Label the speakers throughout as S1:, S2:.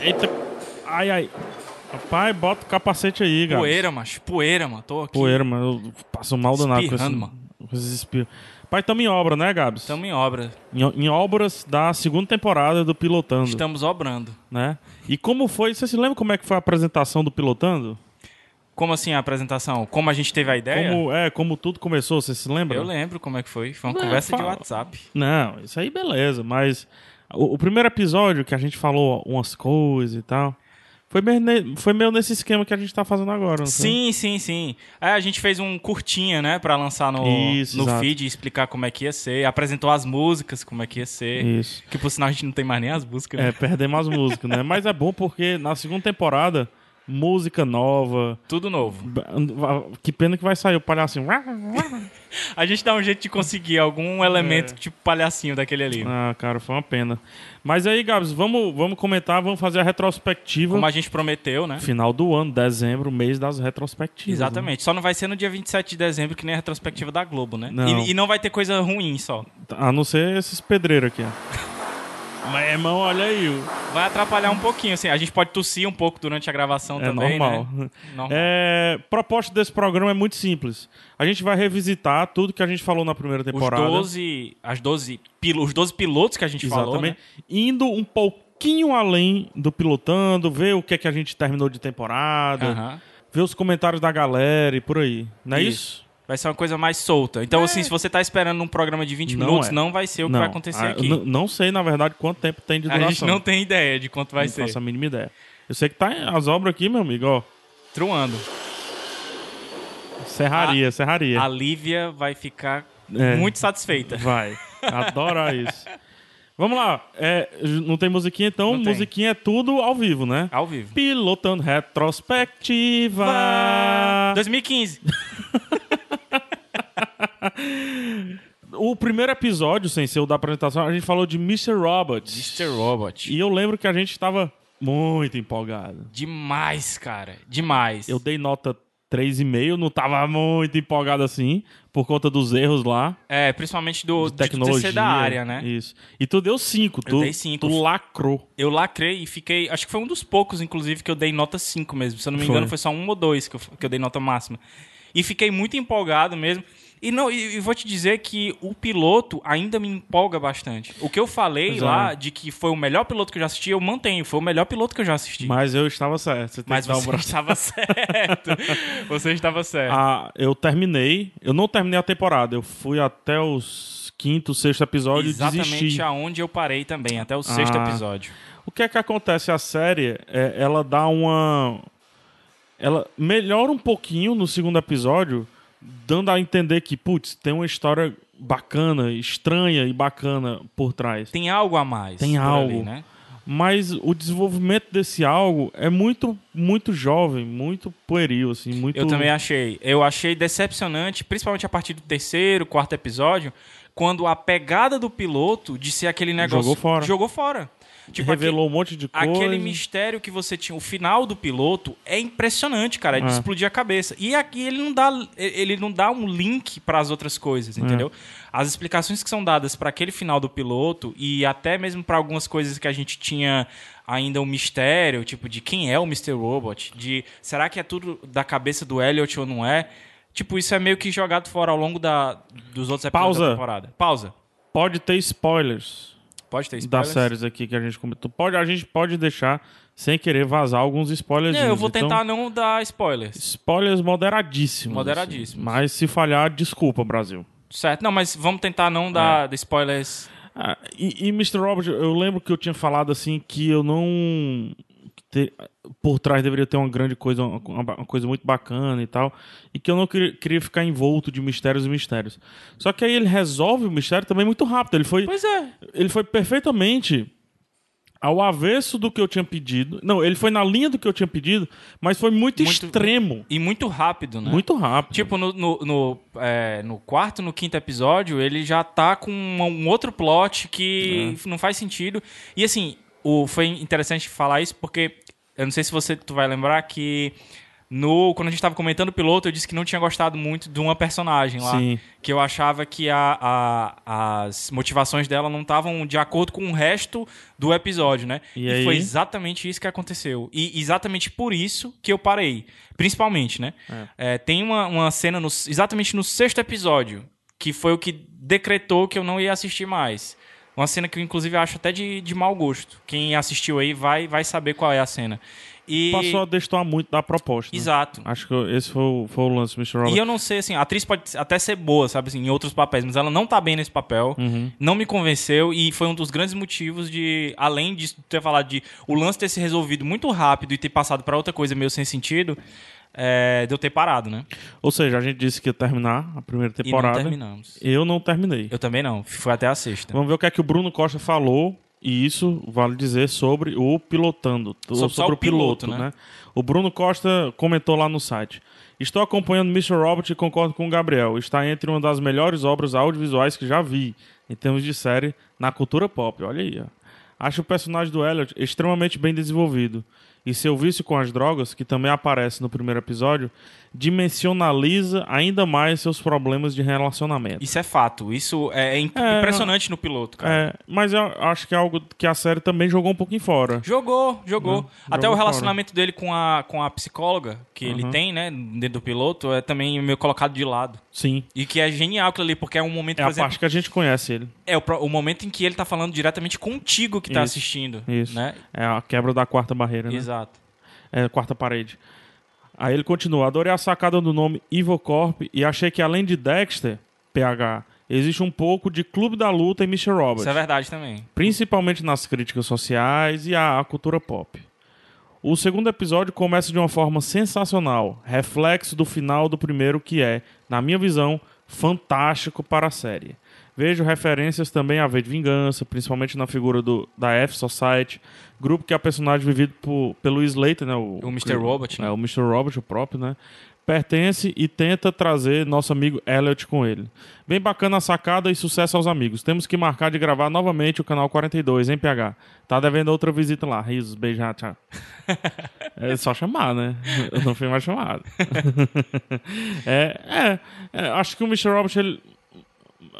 S1: Eita. Ai, ai. Rapaz, bota o capacete aí, cara.
S2: Poeira, macho. Poeira, mano. Tô aqui.
S1: Poeira, mano. Eu passo mal danado com esse...
S2: Espirrando, mano.
S1: Com esses espirros. Pai, estamos em obra, né, Gabs?
S2: Estamos em obra.
S1: Em, em obras da segunda temporada do Pilotando,
S2: Estamos obrando.
S1: né? E como foi... Você se lembra como é que foi a apresentação do Pilotando?
S2: Como assim a apresentação? Como a gente teve a ideia?
S1: Como, é, como tudo começou, você se lembra?
S2: Eu lembro como é que foi. Foi uma
S1: Não,
S2: conversa de
S1: fala.
S2: WhatsApp.
S1: Não, isso aí beleza, mas o, o primeiro episódio que a gente falou umas coisas e tal, foi meio, ne- foi meio nesse esquema que a gente tá fazendo agora, não sei.
S2: Sim, sim, sim. Aí a gente fez um curtinha, né, pra lançar no,
S1: Isso,
S2: no
S1: exato.
S2: feed e explicar como é que ia ser. Apresentou as músicas, como é que ia ser.
S1: Isso.
S2: Que por sinal a gente não tem mais nem as músicas. né?
S1: É, perdemos as músicas, né? Mas é bom porque na segunda temporada, música nova.
S2: Tudo novo.
S1: ba- Que pena que vai sair o palhacinho.
S2: A gente dá um jeito de conseguir algum elemento tipo palhacinho daquele ali.
S1: É. Ah, cara, foi uma pena. Mas aí, Gabs, vamos, vamos comentar, vamos fazer a retrospectiva.
S2: Como a gente prometeu, né?
S1: Final do ano, dezembro, mês das retrospectivas. né?
S2: Exatamente. Só não vai ser no dia 27 de dezembro, que nem a retrospectiva da Globo, né?
S1: Não.
S2: E, e não vai ter coisa ruim só.
S1: Tá, A não ser esses pedreiros aqui, ó. Mas, irmão, olha aí. o-
S2: Vai atrapalhar um pouquinho, assim. A gente pode tossir um pouco durante a gravação
S1: É
S2: também,
S1: normal.
S2: né? Normal.
S1: É, proposta desse programa é muito simples. A gente vai revisitar tudo que a gente falou na primeira
S2: Os
S1: temporada.
S2: 12, as 12, pil- os 12 pilotos que a gente
S1: Exatamente.
S2: falou, né?
S1: Indo um pouquinho além do pilotando, ver o que é que a gente terminou de temporada,
S2: Aham.
S1: ver os comentários da galera e por aí. Não é isso?
S2: Vai ser uma coisa mais solta. Então, assim, se você tá esperando um programa de 20
S1: Não
S2: minutos,
S1: é.
S2: não vai ser o que vai acontecer
S1: Ah,
S2: aqui.
S1: n- Não sei, na verdade, quanto tempo tem de
S2: A
S1: duração.
S2: gente não tem ideia de quanto vai
S1: Não
S2: ser.
S1: faço a mínima ideia. Eu sei que tá as obras aqui, meu amigo, ó.
S2: Truando.
S1: Serraria, serraria.
S2: Ah, A Lívia vai ficar
S1: É.
S2: muito satisfeita.
S1: Vai. Adorar isso. Vamos lá. É, j- não tem musiquinha, então
S2: Não tem.
S1: musiquinha é tudo ao vivo, né?
S2: Ao vivo.
S1: Pilotando retrospectiva.
S2: 2015.
S1: O primeiro episódio, sem ser o da apresentação, a gente falou de Mr. Robots.
S2: Mr. Robot.
S1: E eu lembro que a gente estava muito empolgado.
S2: Demais, cara. Demais.
S1: Eu dei nota 3,5, não tava muito empolgado assim, por conta dos erros lá.
S2: É, principalmente do
S1: de
S2: de-
S1: tecnologia.
S2: de ser da área, né?
S1: Isso. E tu deu 5, tu,
S2: dei cinco.
S1: tu lacrou.
S2: Eu lacrei e fiquei. Acho que foi um dos poucos, inclusive, que eu dei nota 5 mesmo. Se eu não me
S1: Foi.
S2: engano, foi só um ou dois que eu, que eu dei nota máxima. E fiquei muito empolgado mesmo. E não, e, e vou te dizer que o piloto ainda me empolga bastante. O que eu falei
S1: Pois é.
S2: lá de que foi o melhor piloto que eu já assisti, eu mantenho. Foi o melhor piloto que eu já assisti.
S1: Mas
S2: Mas,
S1: eu estava certo. Você tem que dar um
S2: você é. estava certo. você estava certo.
S1: Ah, eu terminei. Eu não terminei a temporada. Eu fui até os quinto, sexto episódio e
S2: Exatamente
S1: desisti.
S2: aonde eu parei também, até o sexto
S1: Ah.
S2: episódio.
S1: O que é que acontece? A série, é, ela dá uma... Ela melhora um pouquinho no segundo episódio, dando a entender que, putz, tem uma história bacana, estranha e bacana por trás.
S2: Tem algo a mais.
S1: Tem
S2: por ali,
S1: algo.
S2: né?
S1: Mas o desenvolvimento desse algo é muito, muito jovem, muito pueril, assim, muito...
S2: Eu também achei. Eu achei decepcionante, principalmente a partir do terceiro, quarto episódio, quando a pegada do piloto de ser aquele negócio.
S1: Jogou fora.
S2: Jogou fora. Tipo,
S1: Revelou um monte de
S2: aque-
S1: coisa.
S2: Aquele mistério que você tinha, o final do piloto é impressionante, cara, é de
S1: É.
S2: explodir a cabeça. E aqui ele não dá, ele não dá um link para as outras
S1: É.
S2: coisas, entendeu? As explicações que são dadas para aquele final do piloto e até mesmo para algumas coisas que a gente tinha ainda um mistério, tipo de quem é o Mr. Robot, de será que é tudo da cabeça do Elliot ou não é? Tipo, isso é meio que jogado fora ao longo da, dos outros episódios
S1: Pausa.
S2: da temporada. Pausa.
S1: Pode ter spoilers.
S2: Pode ter
S1: das
S2: spoilers?
S1: séries aqui que a gente comentou. Pode, a gente pode deixar sem querer vazar alguns spoilers.
S2: Não, eu vou
S1: então.
S2: tentar não dar spoilers.
S1: spoilers moderadíssimos.
S2: Moderadíssimos.
S1: assim. Mas se falhar, desculpa, Brasil.
S2: Certo, não, mas vamos tentar não dar spoilers.
S1: Ah, e, e Mr. Robert, eu lembro que eu tinha falado assim que eu não. que te- por trás deveria ter uma grande coisa, uma, uma- uma coisa muito bacana e tal. E que eu não queria, queria ficar envolto de mistérios e mistérios. Só que aí ele resolve o mistério também muito rápido. Ele foi.
S2: Pois é.
S1: ele foi perfeitamente ao avesso do que eu tinha pedido. Não, ele foi na linha do que eu tinha pedido, mas foi muito,
S2: Muito-
S1: extremo,
S2: E muito rápido, né?
S1: muito rápido.
S2: Tipo, no, no, no, é, no quarto, no quinto episódio, ele já tá com um, um outro plot que não faz sentido. E assim, o, foi interessante falar isso porque eu não sei se você tu vai lembrar que No, quando a gente estava comentando o piloto, eu disse que não tinha gostado muito de uma personagem lá.
S1: Sim.
S2: Que eu achava que a, a- as motivações dela não estavam de acordo com o resto do episódio, né?
S1: E aí?
S2: foi exatamente isso que aconteceu. E exatamente por isso que eu parei. Principalmente, né? É, tem uma, uma cena no- exatamente no sexto episódio, que foi o que decretou que eu não ia assistir mais. Uma cena que eu, inclusive, acho até de, de mau gosto. Quem assistiu aí vai, vai saber qual é a cena. E...
S1: Passou a destoar muito da proposta. né?
S2: Exato.
S1: Acho que esse foi, o- foi o lance do Mr. Robot.
S2: E eu não sei, assim, a atriz pode até ser boa, sabe, assim, em outros papéis, mas ela não tá bem nesse papel,
S1: Uhum.
S2: não me convenceu e foi um dos grandes motivos de, além disso, ter falado de o lance ter se resolvido muito rápido e ter passado pra outra coisa meio sem sentido, é, de eu ter parado, né?
S1: Ou seja, a gente disse que ia terminar a primeira
S2: E não
S1: temporada.
S2: terminamos.
S1: eu não terminei.
S2: Eu também não, foi até a sexta.
S1: Vamos ver o que é que o Bruno Costa falou, e isso vale dizer sobre o pilotando, ou
S2: só
S1: sobre,
S2: o
S1: o piloto,
S2: piloto, né?
S1: né? O Bruno Costa comentou lá no site. Estou acompanhando Mr. Robot e concordo com o Gabriel. Está entre uma das melhores obras audiovisuais que já vi, em termos de série, na cultura pop. Olha aí, ó. Acho o personagem do Elliot extremamente bem desenvolvido. E seu vício com as drogas, que também aparece no primeiro episódio, dimensionaliza ainda mais seus problemas de relacionamento.
S2: Isso é fato, isso é, imp-
S1: É,
S2: impressionante no piloto, cara.
S1: É, mas eu acho que é algo que a série também jogou um pouquinho fora.
S2: Jogou, jogou.
S1: Não,
S2: Até
S1: jogou
S2: o relacionamento dele com a, com a psicóloga que ele
S1: Uhum.
S2: tem, né, dentro do piloto, é também meio colocado de lado.
S1: Sim.
S2: E que é genial aquilo ali, porque é um momento,
S1: É
S2: por
S1: a
S2: exemplo,
S1: parte que a gente conhece ele.
S2: é o, pro- o momento em que ele tá falando diretamente contigo que tá
S1: Isso,
S2: assistindo.
S1: Isso.
S2: Né?
S1: É a quebra da quarta barreira, né?
S2: Exato.
S1: É, quarta parede. Aí ele continua. Adorei a sacada do nome Ivocorp e achei que além de Dexter, PH, existe um pouco de Clube da Luta e Mr. Roberts.
S2: Isso é verdade também.
S1: principalmente nas críticas sociais e à cultura pop. O segundo episódio começa de uma forma sensacional, reflexo do final do primeiro, que é, na minha visão, fantástico para a série. Vejo referências também a V de Vingança, principalmente na figura do, da F-Society, grupo que é a personagem vivido por- pelo Slater, né?
S2: O Mr. Robot, né?
S1: É, o Mr. Robot, o próprio, né? Pertence e tenta trazer nosso amigo Elliot com ele. Bem bacana a sacada e sucesso aos amigos. Temos que marcar de gravar novamente o canal 42, hein, PH? Tá devendo outra visita lá. Risos, beijar, tchau. É só chamar, né? Eu não fui mais chamado. é, é, é, acho que o Mr. Robot, ele,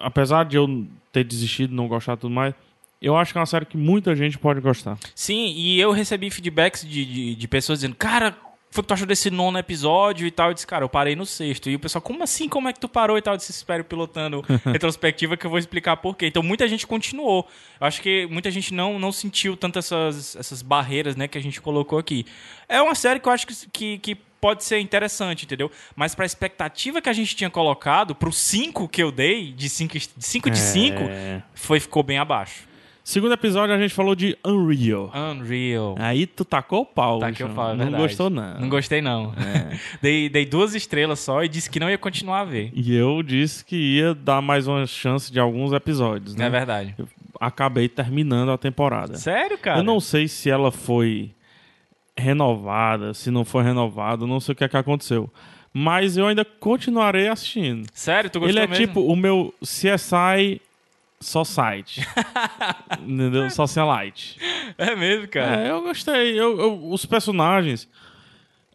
S1: apesar de eu ter desistido, não gostar e tudo mais, eu acho que é uma série que muita gente pode gostar.
S2: Sim, e eu recebi feedbacks de, de, de pessoas dizendo, cara, foi o que tu achou desse nono episódio e tal. Eu disse, cara, eu parei no sexto. E o pessoal, como assim? Como é que tu parou e tal? Eu disse, espere o pilotando retrospectiva que eu vou explicar por quê. Então muita gente continuou. Eu acho que muita gente não, não sentiu tanto essas, essas barreiras, né, que a gente colocou aqui. É uma série que eu acho que. que, que Pode ser interessante, entendeu? Mas pra expectativa que a gente tinha colocado, pro 5 que eu dei, de 5 de 5,
S1: É.
S2: de cinco, foi ficou bem abaixo.
S1: Segundo episódio, a gente falou de Unreal.
S2: Unreal.
S1: Aí tu tacou o pau.
S2: Tá que eu
S1: João.
S2: falo, é
S1: Não
S2: verdade.
S1: gostou, não.
S2: Não gostei, não.
S1: É.
S2: dei, dei duas estrelas só e disse que não ia continuar a ver.
S1: E eu disse que ia dar mais uma chance de alguns episódios, né?
S2: É verdade.
S1: Eu acabei terminando a temporada.
S2: Sério, cara?
S1: Eu não sei se ela foi renovada, se não foi renovada, eu não sei o que é que aconteceu. Mas eu ainda continuarei assistindo.
S2: Sério, tu
S1: Ele
S2: gostou
S1: é
S2: mesmo?
S1: tipo o meu CSI Society. entendeu? Socialite.
S2: É mesmo, cara.
S1: É, eu gostei. Eu- eu- os personagens.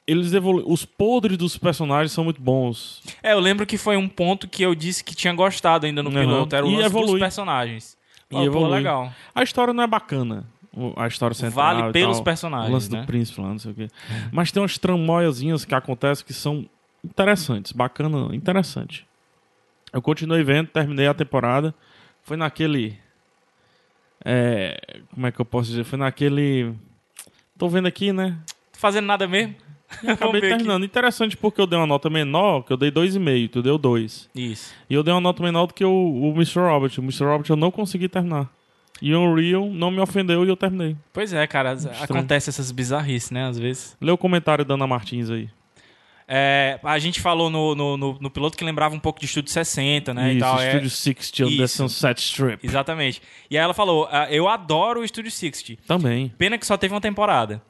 S1: Eles evolu... Os podres dos personagens são muito bons.
S2: É. eu lembro que foi um ponto que eu disse que tinha gostado ainda no
S1: Uhum.
S2: piloto. Era o
S1: E
S2: lance dos
S1: evolui.
S2: personagens.
S1: E
S2: Oh, pô,
S1: evolui.
S2: legal.
S1: A história não é bacana. o- A história central.
S2: Vale
S1: e
S2: pelos
S1: tal,
S2: personagens,
S1: O lance
S2: né? É.
S1: do príncipe lá, não sei o quê. Mas tem umas tramóiazinhas que acontecem que são interessantes. Bacana, interessante. Eu continuei vendo, terminei a temporada. Foi naquele. É, como é que eu posso dizer? Foi naquele. Tô vendo aqui, né?
S2: Tô Tá fazendo nada mesmo?
S1: Acabei terminando. Interessante porque eu dei uma nota menor, que eu dei 2,5, tu deu 2.
S2: aqui. Isso.
S1: E eu dei uma nota menor do que o, o Mr. Robert. O Mr. Robert eu não consegui terminar. E o Unreal não me ofendeu e eu terminei.
S2: Pois é, cara. as- Acontece essas bizarrices, né? Às vezes.
S1: Lê o comentário da Ana Martins aí.
S2: É, a gente falou no, no, no- no piloto que lembrava um pouco de Estúdio 60, né?
S1: Isso,
S2: e tal. é-
S1: Studio 60 on the
S2: Isso.
S1: Sunset Strip.
S2: Exatamente. E aí ela falou: "Ah, Eu adoro o Studio 60.
S1: Também.
S2: Pena que só teve uma temporada.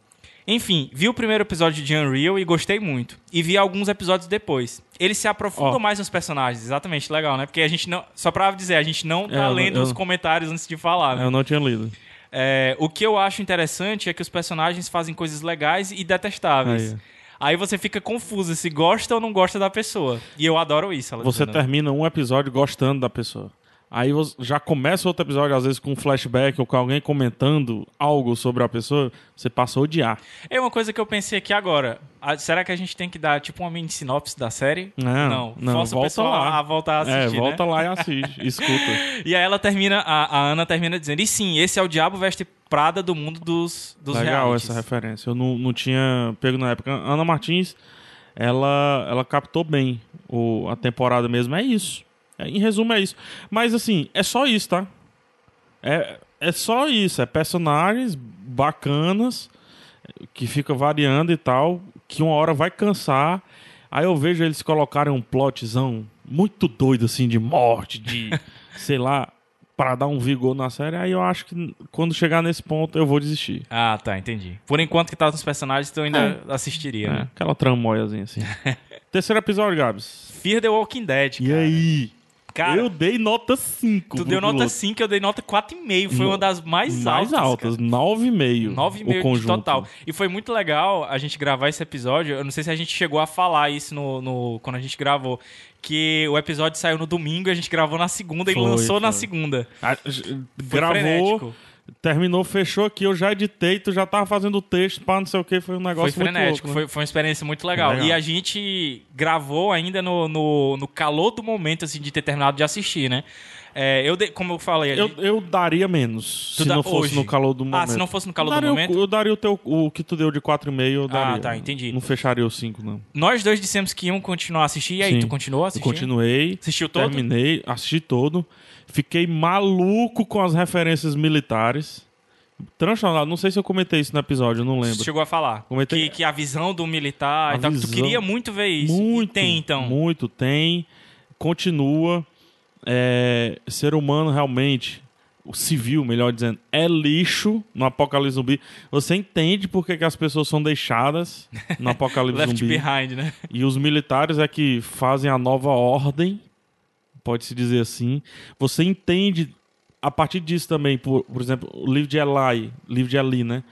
S2: Enfim, vi o primeiro episódio de Unreal e gostei muito. E vi alguns episódios depois. Ele se aprofundou
S1: Ó.
S2: mais nos personagens, exatamente, legal, né? Porque a gente não. Só pra dizer, a gente não
S1: É,
S2: tá
S1: eu-
S2: lendo
S1: eu-
S2: os comentários antes de falar, né?
S1: Eu não tinha lido.
S2: É, o que eu acho interessante é que os personagens fazem coisas legais e detestáveis.
S1: Aí,
S2: Aí você fica confuso se gosta ou não gosta da pessoa. E eu adoro isso,
S1: Você
S2: Alexandre.
S1: termina um episódio gostando da pessoa. Aí você já começa outro episódio, às vezes com um flashback ou com alguém comentando algo sobre a pessoa, você passa a odiar.
S2: É uma coisa que eu pensei aqui agora. Ah, Será que a gente tem que dar tipo uma mini sinopse da série?
S1: Não, não,
S2: Força o
S1: volta
S2: pessoal
S1: lá.
S2: a voltar a assistir,
S1: é,
S2: né?
S1: volta lá e assiste, escuta.
S2: E aí ela termina, a, a Ana termina dizendo, e sim, esse é o diabo veste Prada do mundo dos, dos
S1: Legal
S2: realities."
S1: essa referência. Eu não, não tinha pego na época. Ana Martins, ela, ela captou bem o, a temporada mesmo. É isso. É, em resumo, é isso. Mas assim, é só isso, tá? É, é só isso. É personagens bacanas que fica variando e tal, que uma hora vai cansar. Aí eu vejo eles colocarem um plotzão muito doido, assim, de morte, de sei lá, pra dar um vigor na série. Aí eu acho que quando chegar nesse ponto eu vou desistir.
S2: Ah, tá, entendi. Por enquanto que tá nos personagens, tu ainda assistiria,
S1: É,
S2: né?
S1: aquela tramóiazinha assim. Terceiro episódio, Gabs.
S2: Fear the Walking Dead,
S1: É. E
S2: cara.
S1: aí?
S2: Cara,
S1: eu dei nota 5.
S2: tu deu nota 5, eu dei nota 4,5. Foi
S1: No-
S2: uma das mais,
S1: Mais altas, 9,5.
S2: 9,5 de
S1: conjunto. né?
S2: total. E foi muito legal a gente gravar esse episódio. Eu não sei se a gente chegou a falar isso no, no- quando a gente gravou. Que o episódio saiu no domingo e a gente gravou na segunda
S1: Foi,
S2: e lançou na
S1: foi.
S2: segunda.
S1: A- Ah, j-
S2: Foi
S1: gravou,
S2: frenético.
S1: terminou, fechou aqui. Eu já editei, tu já tava fazendo o texto, pá, não sei o que. Foi um
S2: Foi
S1: negócio muito
S2: frenético,
S1: louco. né?
S2: foi, foi uma experiência muito legal.
S1: Legal.
S2: E a gente gravou ainda no, no, no calor do momento, assim, de ter terminado de assistir, né? É, eu, dei- como eu falei, a
S1: Eu,
S2: gente-
S1: eu daria menos
S2: Tu
S1: se
S2: dá-
S1: não fosse
S2: hoje?
S1: no calor do
S2: Ah,
S1: momento.
S2: se não fosse no calor do
S1: Daria o-
S2: momento?
S1: Eu, daria o, teu, o que tu deu de 4,5, eu daria.
S2: tá, entendi.
S1: Não fecharia o 5, não.
S2: nós dois dissemos que iam continuar a assistir. E aí,
S1: Sim.
S2: tu continuou a assistir?
S1: Eu continuei.
S2: Assistiu todo?
S1: Terminei, assisti todo. Fiquei maluco com as referências militares. Transtornado, não sei se eu comentei isso no episódio, eu não
S2: Você
S1: lembro.
S2: chegou a falar.
S1: Comentei-
S2: Que, que a visão do militar
S1: A
S2: e tal. que Tu
S1: visão.
S2: queria muito ver isso.
S1: Muito.
S2: E tem, então.
S1: Muito, tem. Continua. É, ser humano realmente, o civil, melhor dizendo, é lixo no apocalipse zumbi. Você entende por que, que as pessoas são deixadas no apocalipse
S2: Left
S1: zumbi.
S2: behind, né?
S1: E os militares é que fazem a nova ordem, pode-se dizer assim. Você entende a partir disso também, por, por exemplo, o livro de Eli, livro de Eli, né?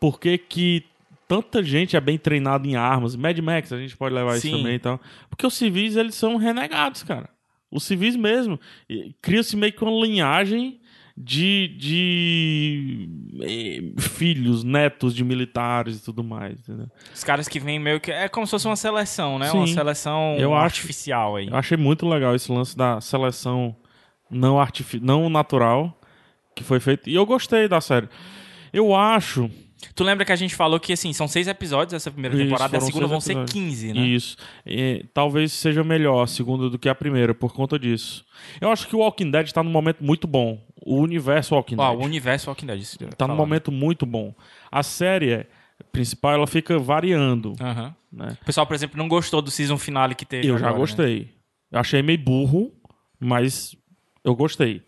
S1: Por que que tanta gente é bem treinada em armas? Mad Max, a gente pode levar isso
S2: Sim.
S1: também e tal. Porque os civis, eles são renegados, cara. Os civis mesmo. E Cria-se meio que uma linhagem de, de eh, filhos, netos de militares e tudo mais, entendeu?
S2: Os caras que vêm meio que. É como se fosse uma seleção, né? Uma
S1: Sim.
S2: seleção
S1: Eu acho-
S2: artificial aí.
S1: Eu achei muito legal esse lance da seleção não, artifi não natural que foi feito. E eu gostei da série. Eu acho
S2: Tu lembra que a gente falou que, assim, são seis episódios essa primeira
S1: Isso,
S2: temporada, a
S1: foram
S2: segunda
S1: seis
S2: vão
S1: episódios.
S2: ser 15, né?
S1: isso. É, talvez seja melhor a segunda do que a primeira, por conta disso. Eu acho que o Walking Dead tá num momento muito bom. O universo Walking
S2: Ó,
S1: Dead.
S2: Ah, o universo Walking Dead. Isso que eu ia
S1: Tá num
S2: falar.
S1: momento muito bom. A série principal, ela fica variando,
S2: Aham.
S1: né?
S2: O pessoal, por exemplo, não gostou do season finale que teve.
S1: Eu já
S2: agora, né?
S1: gostei. Eu achei meio burro, mas eu gostei.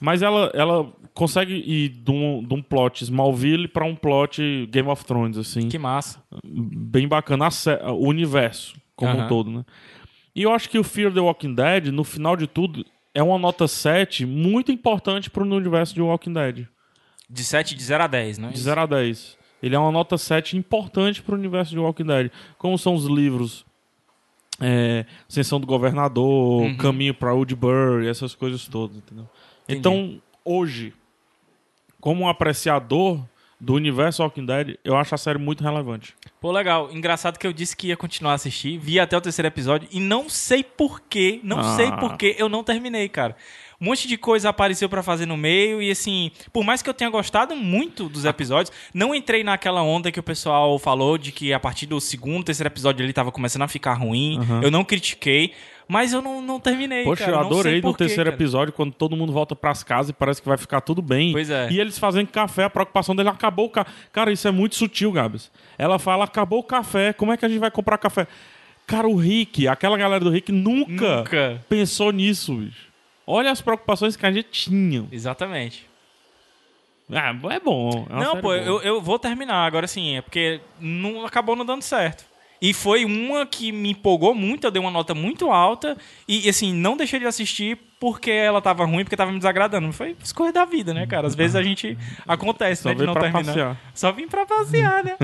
S1: Mas ela, ela consegue ir de um, de um plot Smallville pra um plot Game of Thrones, assim.
S2: Que massa.
S1: Bem bacana a sé- o universo como um
S2: Aham.
S1: todo, né? E eu acho que o Fear the Walking Dead, no final de tudo, é uma nota 7 muito importante pro universo de Walking Dead.
S2: De 7, de 0 a 10, né?
S1: De 0 a 10. Ele é uma nota 7 importante pro universo de Walking Dead. Como são os livros é, Ascensão do Governador,
S2: Uhum.
S1: Caminho pra Woodbury, essas coisas todas, entendeu?
S2: Entendi.
S1: Então, hoje, como um apreciador do universo Walking Dead, eu acho a série muito relevante.
S2: Pô, legal. Engraçado que eu disse que ia continuar a assistir, vi até o terceiro episódio e não sei porquê, não
S1: Ah.
S2: sei porquê eu não terminei, cara. Um monte de coisa apareceu pra fazer no meio e assim, por mais que eu tenha gostado muito
S1: Ah.
S2: dos episódios, não entrei naquela onda que o pessoal falou de que a partir do segundo, terceiro episódio ele tava começando a ficar ruim.
S1: Aham.
S2: Eu não critiquei, mas eu não, não terminei,
S1: Poxa, eu
S2: cara. Não sei
S1: adorei no
S2: porquê,
S1: terceiro
S2: cara.
S1: episódio, quando todo mundo volta pras casas e parece que vai ficar tudo bem.
S2: Pois é.
S1: E eles fazendo café, a preocupação dele acabou o café. Cara, isso é muito sutil, Gabs. Ela fala, acabou o café, como é que a gente vai comprar café? Cara, o Rick, aquela galera do Rick nunca,
S2: Nunca.
S1: pensou nisso, bicho. Olha as preocupações que a gente tinha.
S2: Exatamente.
S1: Ah, é bom. é uma
S2: Não,
S1: série
S2: pô,
S1: boa.
S2: eu, eu vou terminar agora sim, é porque não, acabou não dando certo. E foi uma que me empolgou muito, eu dei uma nota muito alta e, e, assim, não deixei de assistir porque ela tava ruim, porque tava me desagradando. Foi escolha da vida, né, cara? Às vezes a gente acontece,
S1: Uhum. Só
S2: né, de
S1: veio
S2: não
S1: pra
S2: terminar.
S1: passear.
S2: Só vim pra passear, né?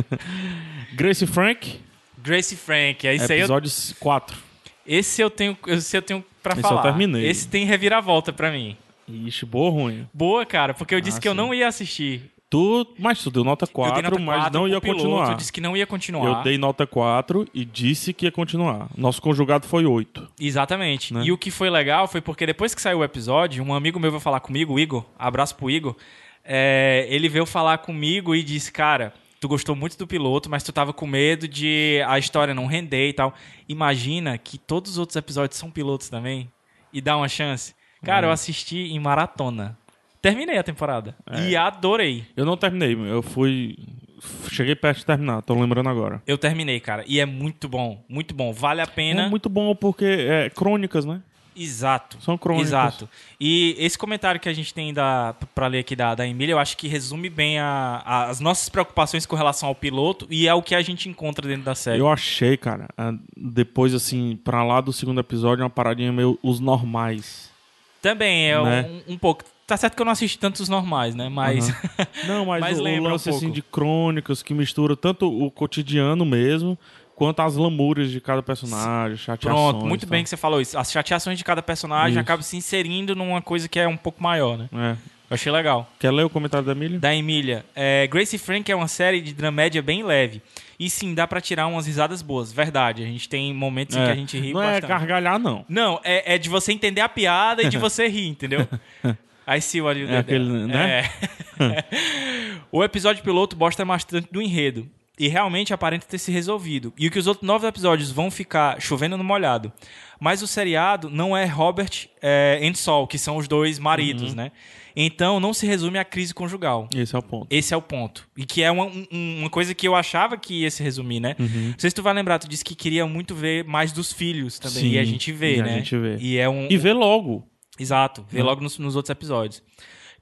S1: Grace Frank,
S2: Gracie Frank, é isso aí. Eu,
S1: Episódio 4.
S2: esse eu tenho, esse eu tenho pra
S1: Esse eu
S2: falar.
S1: terminei.
S2: Esse tem reviravolta pra mim.
S1: Ixi, boa ou ruim?
S2: Boa, cara, porque eu disse
S1: Ah,
S2: que eu
S1: sim.
S2: não ia assistir.
S1: Tu, mas tu deu nota
S2: eu
S1: 4,
S2: dei nota
S1: mas
S2: 4
S1: não
S2: pro
S1: ia
S2: piloto, Eu
S1: continuar.
S2: disse que não ia continuar.
S1: Eu dei nota 4 e disse que ia continuar. Nosso conjugado foi 8.
S2: Exatamente.
S1: Né?
S2: E o que foi legal foi porque depois que saiu o episódio, um amigo meu veio falar comigo, o Igor, abraço pro Igor. é, ele veio falar comigo e disse, cara, tu gostou muito do piloto, mas tu tava com medo de a história não render e tal. Imagina que todos os outros episódios são pilotos também e dá uma chance. Cara, eu assisti em maratona. Terminei a temporada. E adorei.
S1: Eu não terminei, eu fui. Cheguei perto de terminar, tô lembrando agora.
S2: Eu terminei, cara. E é muito bom, muito bom. Vale a pena.
S1: É muito bom porque é crônicas, né?
S2: Exato.
S1: São crônicas.
S2: Exato. E esse comentário que a gente tem da, pra ler aqui da, da Emília, eu acho que resume bem a- a- as nossas preocupações com relação ao piloto e é o que a gente encontra dentro da série.
S1: Eu achei, cara, a- depois, assim, pra lá do segundo episódio, é uma paradinha meio os normais.
S2: Também é
S1: Né?
S2: um, um pouco. Tá certo que eu não assisti tantos normais, né? Mas.
S1: Não, mas,
S2: Mas
S1: o, o
S2: lembra um
S1: lance, assim,
S2: pouco.
S1: de crônicas que mistura tanto o cotidiano mesmo, quanto as lamúrias de cada personagem, chateações.
S2: Pronto, muito
S1: e
S2: bem que você falou isso. As chateações de cada personagem
S1: tá. Isso.
S2: acabam se inserindo numa coisa que é um pouco maior, né?
S1: tal. É.
S2: Eu achei legal.
S1: Quer ler o comentário da Emília?
S2: da Emília. É, Grace Frank é uma série de dramédia bem leve. E sim, dá pra tirar umas risadas boas, verdade. A gente tem momentos em que a gente ri
S1: não
S2: bastante.
S1: é gargalhar, não.
S2: Não, é, é de você entender a piada e de você rir, entendeu? I see what you did
S1: É aquele,
S2: there.
S1: né?
S2: É. o episódio piloto mostra bastante do enredo. E realmente aparenta ter se resolvido. E que os outros nove episódios vão ficar chovendo no molhado. Mas o seriado não é Robert é, and Sol, que são os dois maridos,
S1: Uhum.
S2: né? Então não se resume à crise conjugal.
S1: Esse é o ponto.
S2: Esse é o ponto. E que é uma, um- uma coisa que eu achava que ia se resumir, né?
S1: Uhum.
S2: Não sei se tu vai lembrar, tu disse que queria muito ver mais dos filhos também.
S1: Sim,
S2: e a gente vê,
S1: e a
S2: né?
S1: gente vê.
S2: E é um.
S1: E Uhum. vê logo.
S2: Exato, vê logo nos, nos outros episódios.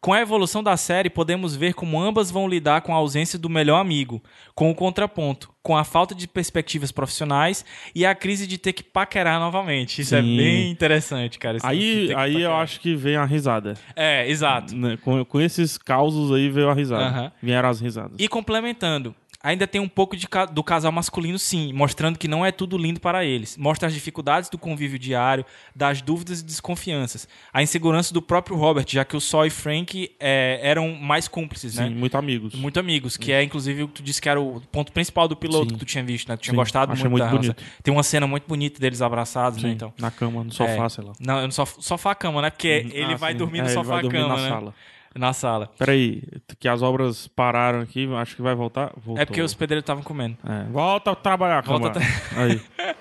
S2: Com a evolução da série, podemos ver como ambas vão lidar com a ausência do melhor amigo, com o contraponto, com a falta de perspectivas profissionais e a crise de ter que paquerar novamente. Isso é
S1: Sim.
S2: bem interessante, cara. esse lance de
S1: Aí,
S2: ter que
S1: aí eu
S2: paquerar.
S1: acho que vem a risada.
S2: É, exato.
S1: né? Com, com esses causos aí veio a risada.
S2: Aham.
S1: Vieram as risadas.
S2: E complementando, ainda tem um pouco de ca- do casal masculino, sim, mostrando que não é tudo lindo para eles. Mostra as dificuldades do convívio diário, das dúvidas e desconfianças. A insegurança do próprio Robert, já que o Sol e Frank eh, eram mais cúmplices,
S1: Sim,
S2: né?
S1: muito amigos.
S2: Muito amigos, que é inclusive o que tu disse que era o ponto principal do piloto
S1: Sim.
S2: que tu tinha visto, né? Tu tinha
S1: Sim,
S2: gostado
S1: achei
S2: muito,
S1: muito
S2: da relação.
S1: bonito.
S2: Tem uma cena muito bonita deles abraçados,
S1: Sim,
S2: né? Então.
S1: Na cama, no sofá,
S2: É.
S1: sei lá.
S2: Não, no sof- sofá-cama, né? Porque ele
S1: Ah,
S2: vai
S1: sim.
S2: dormir
S1: É,
S2: no
S1: ele vai dormir
S2: sofá-cama,
S1: na
S2: né?
S1: sala.
S2: Na sala.
S1: Peraí, que as obras pararam aqui, acho que vai voltar. Voltou.
S2: É porque os pedreiros estavam comendo.
S1: É, Volta a trabalhar,
S2: Volta
S1: Câmara. Aí.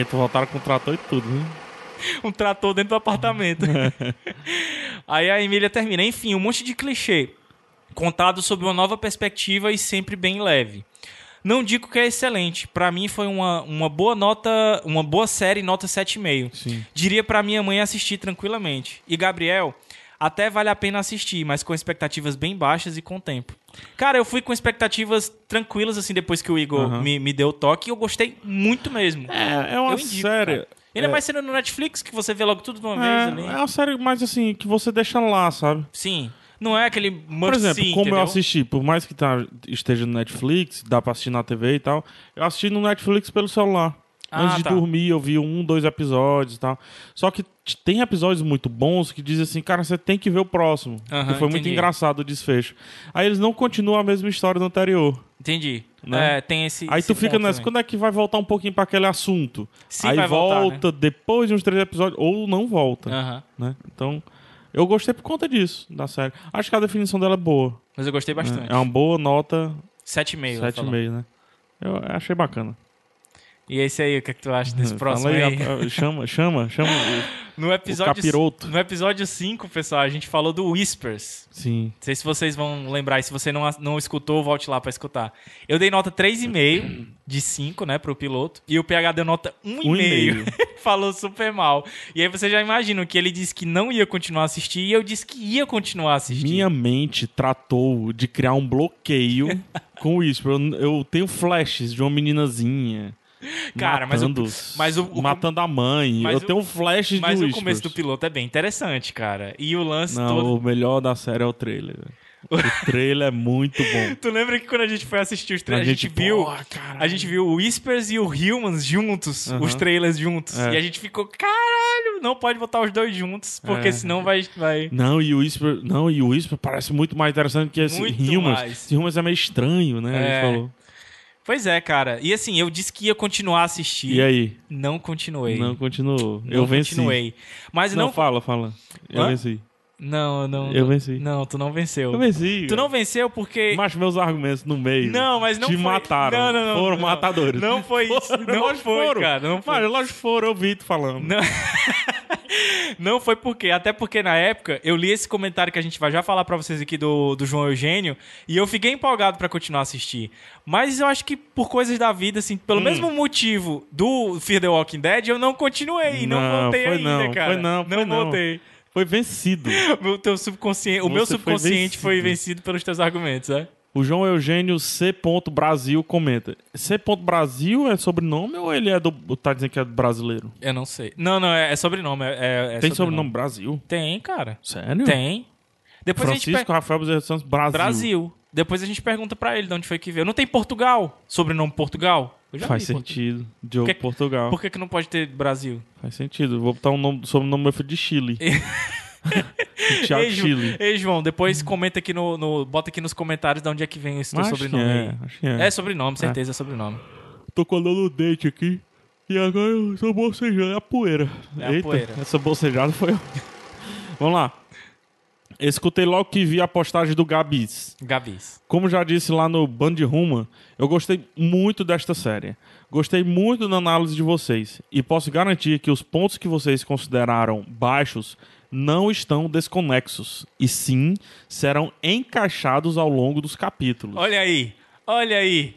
S1: É, tu voltaram com o trator e tudo, né? hein?
S2: um trator dentro do apartamento. Aí a Emília termina. Enfim, um monte de clichê. Contado sob uma nova perspectiva e sempre bem leve. Não digo que é excelente. Pra mim foi uma, uma boa nota, uma boa série, nota 7,5.
S1: Sim.
S2: Diria pra minha mãe assistir tranquilamente. E Gabriel, até vale a pena assistir, mas com expectativas bem baixas e com tempo. Cara, eu fui com expectativas tranquilas, assim, depois que o Igor
S1: Aham.
S2: me, me deu o toque, e eu gostei muito mesmo.
S1: É, é uma
S2: Eu indico,
S1: série.
S2: cara. Ainda mais sendo no Netflix, que você vê logo tudo de uma vez ali.
S1: É, é uma série mais assim, que você deixa lá, sabe?
S2: Sim. Não é aquele must
S1: Por exemplo,
S2: see,
S1: como
S2: entendeu?
S1: eu assisti, por mais que tá- esteja no Netflix, dá pra assistir na TV e tal, eu assisti no Netflix pelo celular.
S2: Ah,
S1: Antes de
S2: tá.
S1: dormir, eu vi um, dois episódios e tal. Só que t- tem episódios muito bons que dizem assim, cara, você tem que ver o próximo.
S2: Aham,
S1: que foi muito
S2: entendi.
S1: engraçado o desfecho. Aí eles não continuam a mesma história do anterior.
S2: Entendi.
S1: Né?
S2: É, tem esse.
S1: Aí
S2: esse
S1: tu fica
S2: ponto
S1: nessa,
S2: também.
S1: quando é que vai voltar um pouquinho pra aquele assunto?
S2: Se
S1: Aí
S2: vai voltar, né? Ah.
S1: volta depois de uns três episódios, ou não volta,
S2: Aham.
S1: né? Então, eu gostei por conta disso, da série. Acho que a definição dela é boa. né?
S2: Mas eu gostei bastante.
S1: É uma boa nota,
S2: Sete e meio. ela falou.
S1: 7,5, né? Eu achei bacana.
S2: E esse aí, o que, é que tu acha desse próximo
S1: Fala aí,
S2: aí?
S1: rapaz, chama, chama, chama.
S2: No episódio,
S1: capiroto.
S2: no episódio 5, pessoal, a gente falou do Whispers.
S1: Sim.
S2: Não sei se vocês vão lembrar, e se você não, não escutou, volte lá pra escutar. Eu dei nota 3,5 de 5, né, pro piloto. E o PH deu nota 1,5.
S1: 1,5.
S2: Falou super mal. E aí você já imagina que ele disse que não ia continuar a assistir, e eu disse que ia continuar a assistir.
S1: Minha mente tratou de criar um bloqueio com isso. Eu, eu tenho flashes de uma meninazinha.
S2: Cara, mas o-
S1: matando,
S2: mas o- o-
S1: matando a mãe.
S2: mas
S1: Eu
S2: o-
S1: tenho flashes
S2: Mas
S1: de
S2: o começo do
S1: Whispers.
S2: piloto é bem interessante, cara. E o lance
S1: Não,
S2: todo.
S1: o melhor da série é o trailer. velho. O trailer é muito bom.
S2: Tu lembra que quando a gente foi assistir os trailers, a gente, viu.
S1: pô, caralho.
S2: A gente viu o Whispers e o Humans juntos,
S1: Aham.
S2: os trailers juntos.
S1: É.
S2: E a gente ficou, caralho, não pode botar os dois juntos, porque
S1: É.
S2: senão vai. vai...
S1: Não, e o Whisper, não, e o Whisper parece muito mais interessante que esse
S2: Muito
S1: Humans.
S2: mais.
S1: Esse Humans é meio estranho, né?
S2: É.
S1: Ele falou.
S2: Pois é, cara. E assim, eu disse que ia continuar a assistir.
S1: E aí?
S2: Não continuei.
S1: Não continuou.
S2: Não
S1: eu venci.
S2: continuei. Mas
S1: Não,
S2: não.
S1: fala, fala. Eu
S2: Hã?
S1: venci.
S2: Não, não.
S1: Eu venci.
S2: Não, tu não venceu.
S1: Eu venci.
S2: Tu não venceu porque.
S1: Mas meus argumentos no meio.
S2: Não, mas não
S1: Te
S2: foi-
S1: mataram.
S2: Não, não, não,
S1: Foram
S2: não.
S1: matadores.
S2: Não foi isso.
S1: Foram,
S2: Não
S1: lógico
S2: foi,
S1: foram.
S2: cara. Não foi.
S1: Mas, lógico foram, eu vi tu falando.
S2: Não. Não foi porque, até porque na época eu li esse comentário que a gente vai já falar pra vocês aqui do, do João Eugênio e eu fiquei empolgado pra continuar a assistir. Mas eu acho que por coisas da vida, assim,
S1: Hum.
S2: pelo mesmo motivo do Fear the Walking Dead, eu não continuei, não,
S1: Não,
S2: voltei
S1: foi
S2: ainda,
S1: não,
S2: cara.
S1: foi não, foi não.
S2: voltei.
S1: Foi vencido.
S2: O, teu subconsciente, o
S1: Você
S2: meu
S1: foi
S2: subconsciente foi vencido.
S1: vencido.
S2: pelos teus argumentos, é?
S1: O João Eugênio C. Brasil comenta. C. Brasil é sobrenome ou ele é do. Tá dizendo que é brasileiro?
S2: Eu não sei. Não, não, é, é sobrenome. é- é- é
S1: Tem sobrenome Brasil?
S2: Tem, cara.
S1: Sério?
S2: Tem. Depois a gente
S1: Francisco Rafael Bezerra dos Santos, Brasil.
S2: Brasil. Depois a gente pergunta pra ele de onde foi que veio. Não tem Portugal? Sobrenome Portugal? Eu
S1: Faz
S2: vi Portugal.
S1: sentido. Diogo
S2: Porque-
S1: Portugal.
S2: Por que, que não pode ter Brasil?
S1: Faz sentido. Vou botar o nome, sobrenome do meu filho de Chile. Tiago
S2: Ei, Ju-
S1: Chile.
S2: Ei, João, depois comenta aqui no, no- Bota aqui nos comentários de onde é que vem esse teu
S1: Mas acho
S2: sobrenome
S1: que
S2: aí.
S1: é, acho que é.
S2: É sobrenome, certeza é sobrenome.
S1: Tô colando o dente aqui. E agora eu tô bocejando. É a poeira.
S2: É a
S1: Eita,
S2: poeira.
S1: essa bocejada foi... Vamos lá. Escutei logo que vi a postagem do Gabis.
S2: Gabis.
S1: Como já disse lá no Band Ruma, eu gostei muito desta série. Gostei muito da análise de vocês e posso garantir que os pontos que vocês consideraram baixos não estão desconexos e sim serão encaixados ao longo dos capítulos.
S2: Olha aí. Olha aí.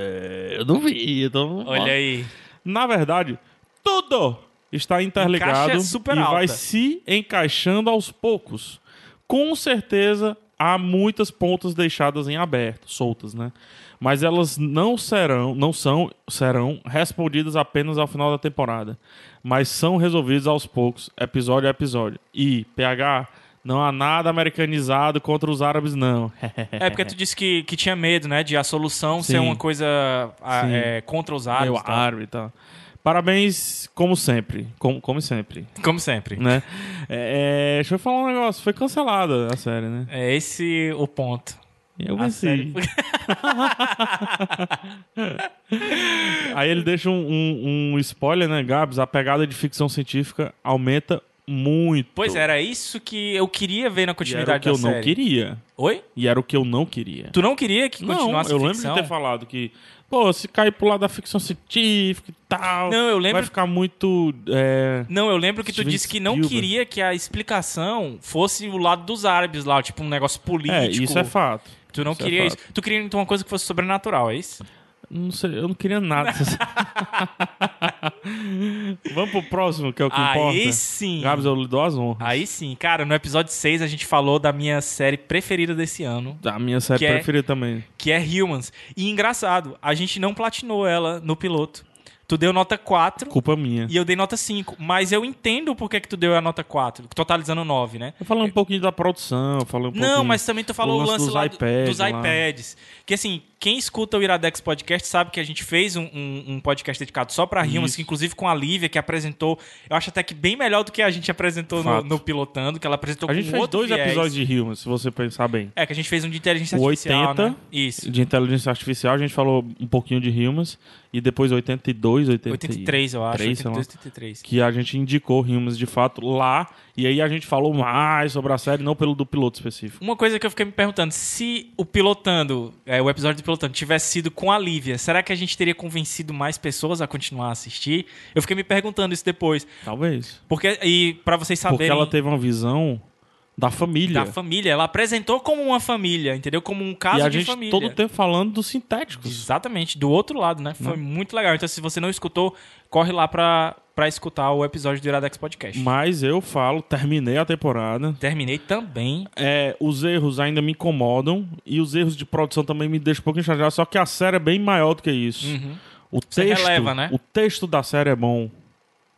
S1: É, eu duvido.
S2: Olha aí.
S1: Na verdade, tudo está interligado
S2: Encaixa é super
S1: e vai
S2: alta.
S1: se encaixando aos poucos. Com certeza há muitas pontas deixadas em aberto, soltas, né? Mas elas não serão, não são, serão respondidas apenas ao final da temporada, mas são resolvidas aos poucos, episódio a episódio. E PH não há nada americanizado contra os árabes, não.
S2: É porque tu disse que, que tinha medo, né? De a solução ser
S1: Sim.
S2: uma coisa ah,
S1: Sim.
S2: é, contra os
S1: Meu
S2: árabes. e tal.
S1: árabe, tá. Parabéns, como sempre. Como, como sempre.
S2: Como sempre.
S1: né? É, é, deixa eu falar um negócio. Foi cancelada a série, né?
S2: É esse o ponto.
S1: Eu
S2: A série
S1: venci. Aí ele deixa um, um- um spoiler, né, Gabs? A pegada de ficção científica aumenta muito.
S2: Pois é,
S1: E
S2: era isso que eu queria ver
S1: era
S2: na
S1: o
S2: continuidade
S1: que eu
S2: da
S1: não
S2: série.
S1: queria.
S2: Oi?
S1: E era o que eu não queria.
S2: Tu não queria que
S1: Não,
S2: continuasse
S1: eu
S2: a
S1: lembro
S2: ficção?
S1: de ter falado que, pô, se cair pro lado da ficção científica e tal,
S2: Não, eu
S1: vai
S2: lembro.
S1: ficar muito. é,
S2: Não, eu lembro que tu
S1: Steven
S2: disse que não
S1: Spielberg.
S2: queria que a explicação fosse o lado dos árabes lá, tipo um negócio político.
S1: É, isso é fato.
S2: Tu não
S1: isso é
S2: queria isso.
S1: fato.
S2: Tu queria então uma coisa que fosse sobrenatural, é isso?
S1: Não sei, eu não queria nada. Vamos pro próximo, que é o que importa.
S2: Aí sim.
S1: Gabs, é eu lhe dou as honras.
S2: Aí sim. Cara, no episódio 6 a gente falou da minha série preferida desse ano,
S1: Da minha série
S2: Que é-
S1: preferida também.
S2: que é Humans. E engraçado, a gente não platinou ela no piloto. Tu deu nota 4.
S1: Culpa minha.
S2: E eu dei nota 5. Mas eu entendo por que, que tu deu a nota 4, totalizando 9, né?
S1: Eu falei um pouquinho da produção, eu falei um pouquinho...
S2: Não, mas também tu falou o lance,
S1: dos
S2: lá do-
S1: iPads
S2: dos
S1: lá.
S2: iPads. Que assim, quem escuta o Iradex Podcast sabe que a gente fez um, um- um podcast dedicado só pra rimas,
S1: Isso.
S2: que inclusive com a Lívia, que apresentou. Eu acho até que bem melhor do que a gente apresentou no,
S1: Fato.
S2: no Pilotando, que ela apresentou
S1: A gente
S2: com
S1: fez
S2: um outro
S1: dois
S2: viés.
S1: episódios de Human, se você pensar bem.
S2: É, que a gente fez um de inteligência
S1: O
S2: artificial.
S1: 80.
S2: né? Isso.
S1: De inteligência artificial, a gente falou um pouquinho de Humans. E depois 82, 80,
S2: 83, eu acho.
S1: Três, sei lá.
S2: 82, 83.
S1: Que a gente indicou Humans de fato lá. E aí a gente falou mais sobre a série, não pelo do piloto específico.
S2: Uma coisa que eu fiquei me perguntando, se o pilotando, é, o episódio do pilotando tivesse sido com a Lívia, será que a gente teria convencido mais pessoas a continuar a assistir? Eu fiquei me perguntando isso depois,
S1: Talvez.
S2: porque e para vocês
S1: Porque
S2: saberem
S1: ela teve uma visão da família.
S2: Tá da família, ela apresentou como uma família, entendeu? Como um caso
S1: e a
S2: de
S1: gente
S2: família.
S1: todo tempo falando dos sintéticos.
S2: Exatamente, do outro lado, né? Foi muito legal. Então se você não escutou, corre lá pra, pra escutar o episódio do Iradex Podcast.
S1: Mas eu falo, terminei a temporada.
S2: Terminei também.
S1: É, os erros ainda me incomodam e os erros de produção também me deixam um pouco enxergado, só que a série é bem maior do que isso. O
S2: Uhum. Você
S1: texto,
S2: releva, né?
S1: o texto da série é bom.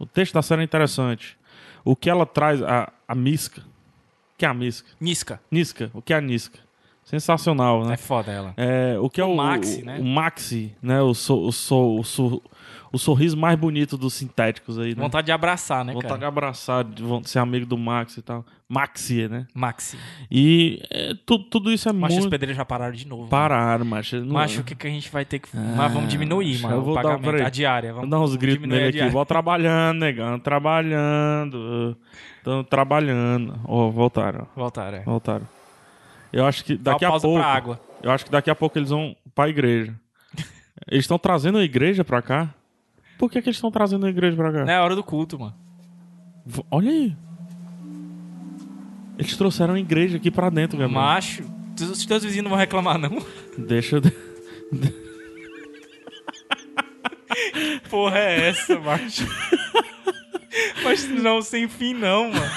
S1: O texto da série é interessante. O que ela traz a, a Misca, que é a Misca?
S2: Nisca.
S1: Nisca, o que é a Nisca? Sensacional, né?
S2: É foda ela.
S1: É, o que é
S2: O
S1: o
S2: Maxi,
S1: o-
S2: né?
S1: O Maxi, né? O, so, o, so, o, so- o sorriso mais bonito dos sintéticos aí, né?
S2: Vontade de abraçar, né,
S1: Vontade de
S2: cara?
S1: abraçar, de von- ser amigo do Maxi e tal. Maxi, né?
S2: Maxi.
S1: E é, tu- tudo isso é
S2: Macho, os
S1: muito...
S2: pedreiros já pararam de novo.
S1: Pararam, macho. Não-
S2: Macho, o que, que a gente vai ter que. Mas vamos diminuir,
S1: macho,
S2: mano.
S1: Ah, eu vou
S2: o
S1: dar-
S2: pagamento,
S1: peraí.
S2: a diária.
S1: Vamos
S2: Vamos
S1: dar uns gritos
S2: diminuir a
S1: nele aqui.
S2: diária.
S1: Vó trabalhando, negão. Trabalhando. Tão trabalhando. Ó, voltaram. ó,
S2: Voltaram. é.
S1: Voltaram. Eu acho que
S2: Dá
S1: daqui
S2: uma
S1: a
S2: pausa
S1: pouco...
S2: pra água.
S1: Eu acho que daqui a pouco eles vão pra igreja. Eles estão trazendo a igreja pra cá? Por que, que eles estão trazendo a igreja pra cá?
S2: Não é a hora do culto, mano.
S1: V- Olha aí. Eles trouxeram a igreja aqui pra dentro,
S2: Uhum.
S1: meu irmão.
S2: Macho, tu- os teus vizinhos não vão reclamar, não.
S1: Deixa eu...
S2: Porra, é essa, macho? Mas não, sem fim, não, mano.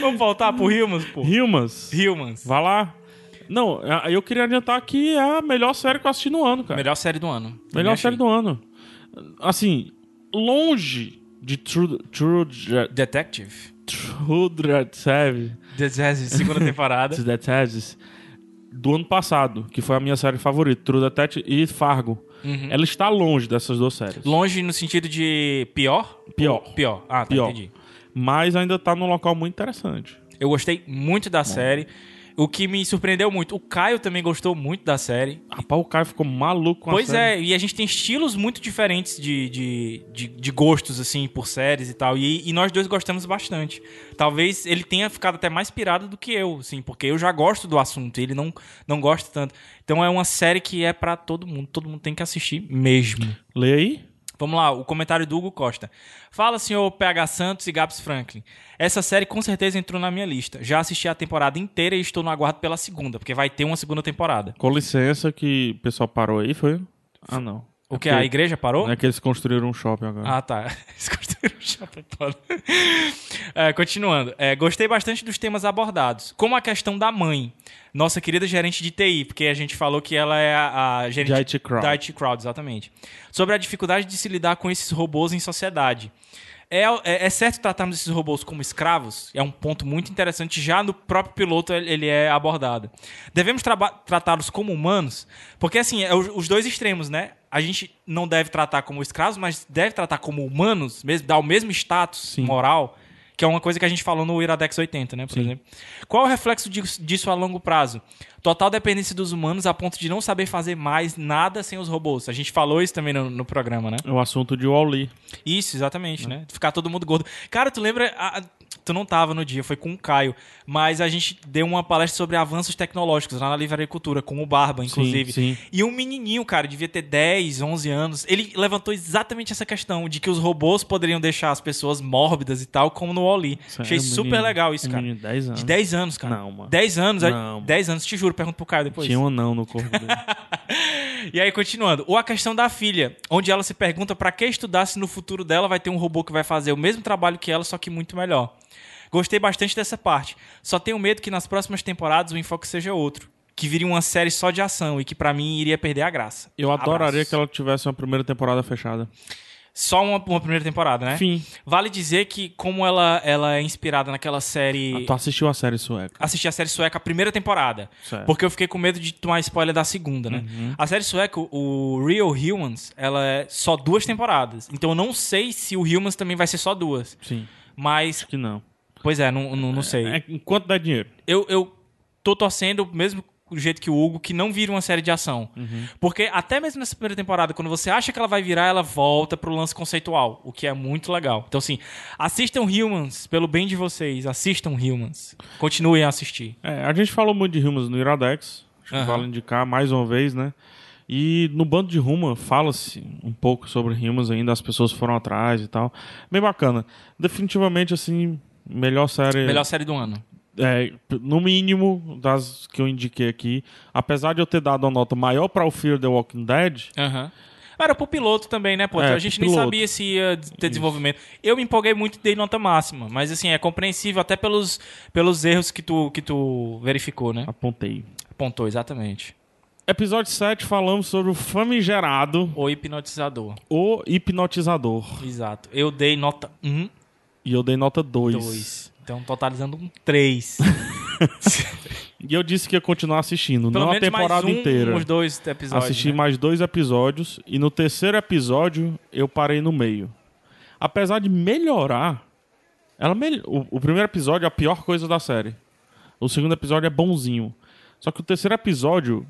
S2: Vamos voltar pro Humans, pô.
S1: Rimas,
S2: Humans.
S1: vá lá. Não, a- eu queria adiantar que é a melhor série que eu assisti no ano, cara.
S2: Melhor série do ano.
S1: Melhor série do ano. Assim, longe de True... True... Dre-
S2: Detective.
S1: True... Detective.
S2: Detective, segunda temporada.
S1: True Detectives do ano passado, que foi a minha série favorita, True Detective e Fargo.
S2: Uhum.
S1: Ela está longe dessas duas séries.
S2: Longe no sentido de pior?
S1: Pior.
S2: Pior. Ah, tá,
S1: Pior.
S2: entendi.
S1: Mas ainda tá num local muito interessante.
S2: Eu gostei muito da série. O que me surpreendeu muito, o Caio também gostou muito da série.
S1: Rapaz, o Caio ficou maluco com
S2: pois
S1: a série.
S2: é, e a gente tem estilos muito diferentes de, de, de, de gostos, assim, por séries e tal. E, e nós dois gostamos bastante. Talvez ele tenha ficado até mais pirado do que eu, assim, porque eu já gosto do assunto e ele não, não gosta tanto. Então é uma série que é pra todo mundo, todo mundo tem que assistir mesmo.
S1: Lê aí.
S2: Vamos lá, o comentário do Hugo Costa. Fala, senhor PH Santos e Gabs Franklin. Essa série com certeza entrou na minha lista. Já assisti a temporada inteira e estou no aguardo pela segunda, porque vai ter uma segunda temporada.
S1: Com licença que o pessoal parou aí, foi? Ah, não.
S2: O que? A igreja parou?
S1: É que eles construíram um shopping agora.
S2: Ah, tá. Eles construíram o shopping todo. É, continuando. É, gostei bastante dos temas abordados, como a questão da mãe, nossa querida gerente de TI, porque a gente falou que ela é a, a gerente
S1: De IT crowd.
S2: da IT Crowd, exatamente. Sobre a dificuldade de se lidar com esses robôs em sociedade. É, é- é certo tratarmos esses robôs como escravos? É um ponto muito interessante. Já no próprio piloto ele ele é abordado. Devemos traba- tratá-los como humanos? Porque, assim, é os os dois extremos, né? A gente não deve tratar como escravos, mas deve tratar como humanos, mesmo, dar o mesmo status moral, que é uma coisa que a gente falou no Iradex 80, né? Por exemplo. Qual é o reflexo dis- disso a longo prazo? Total dependência dos humanos a ponto de não saber fazer mais nada sem os robôs. A gente falou isso também no, no programa, né?
S1: É o assunto de Wall-E.
S2: Isso, exatamente, né? Ficar todo mundo gordo. Cara, tu lembra. a- a- tu não tava no dia, foi com o Caio. Mas a gente deu uma palestra sobre avanços tecnológicos lá na Livraria Cultura, com o Barba, inclusive.
S1: sim.
S2: E um menininho, cara, devia ter 10, 11 anos. Ele levantou exatamente essa questão de que os robôs poderiam deixar as pessoas mórbidas e tal, como no Wall-E. Achei super legal isso, cara.
S1: é um Menino de 10 anos.
S2: De 10 anos, cara.
S1: Não, mano.
S2: 10 anos,
S1: Não, mano.
S2: 10 anos, te juro, pergunta pro Caio depois.
S1: Tinha um anão no corpo dele.
S2: E aí, continuando. Ou a questão da filha, onde ela se pergunta pra que estudar se no futuro dela vai ter um robô que vai fazer o mesmo trabalho que ela, só que muito melhor. Gostei bastante dessa parte. Só tenho medo que nas próximas temporadas o enfoque seja outro. Que viria uma série só de ação e que pra mim iria perder a graça.
S1: Eu adoraria
S2: Abraços.
S1: que ela tivesse uma primeira temporada fechada.
S2: Só uma, uma primeira temporada, né?
S1: Fim.
S2: Vale dizer que, como ela, ela é inspirada naquela série.
S1: Tu assistiu a série sueca.
S2: assistir a série sueca, a primeira temporada.
S1: Certo.
S2: Porque eu fiquei com medo de tomar spoiler da segunda, né?
S1: Uhum.
S2: A série sueca, o Real Humans, ela é só duas temporadas. Então eu não sei se o Humans também vai ser só duas.
S1: Sim.
S2: Mas,
S1: Que não.
S2: pois é, não, não, não sei.
S1: É, enquanto dá dinheiro.
S2: Eu, eu tô torcendo, mesmo do jeito que o Hugo, que não vira uma série de ação.
S1: Uhum.
S2: Porque até mesmo nessa primeira temporada, quando você acha que ela vai virar, ela volta pro lance conceitual, o que é muito legal. Então, assim, assistam Humans, pelo bem de vocês, assistam Humans. Continuem a assistir.
S1: É, a gente falou muito de Rumas no Iradex. Acho
S2: Aham.
S1: que vale indicar mais uma vez, né? E no bando de Ruma fala-se um pouco sobre Rimas ainda, as pessoas foram atrás e tal. Bem bacana. Definitivamente, assim, melhor série.
S2: Melhor série do ano.
S1: é, p- no mínimo, das que eu indiquei aqui. Apesar de eu ter dado uma nota maior para o Fear the Walking Dead,
S2: Aham. Era pro piloto também, né, pô?
S1: É,
S2: a gente
S1: pro
S2: nem
S1: piloto.
S2: sabia se ia ter desenvolvimento. Eu me empolguei muito e dei nota máxima, mas assim, é compreensível até pelos, pelos erros que tu, que tu verificou, né?
S1: apontei.
S2: Apontou, exatamente.
S1: Episódio 7, falamos sobre o famigerado,
S2: O hipnotizador.
S1: o hipnotizador.
S2: Exato. Eu dei nota 1,
S1: E eu dei nota 2.
S2: 2. Então, totalizando um 3.
S1: E eu disse que ia continuar assistindo,
S2: Pelo
S1: não a
S2: menos
S1: temporada
S2: mais um,
S1: inteira.
S2: uns dois episódios.
S1: Assisti
S2: né?
S1: mais dois episódios e no terceiro episódio eu parei no meio. Apesar de melhorar, ela mel- o, o primeiro episódio é a pior coisa da série. O segundo episódio é bonzinho. Só que o terceiro episódio,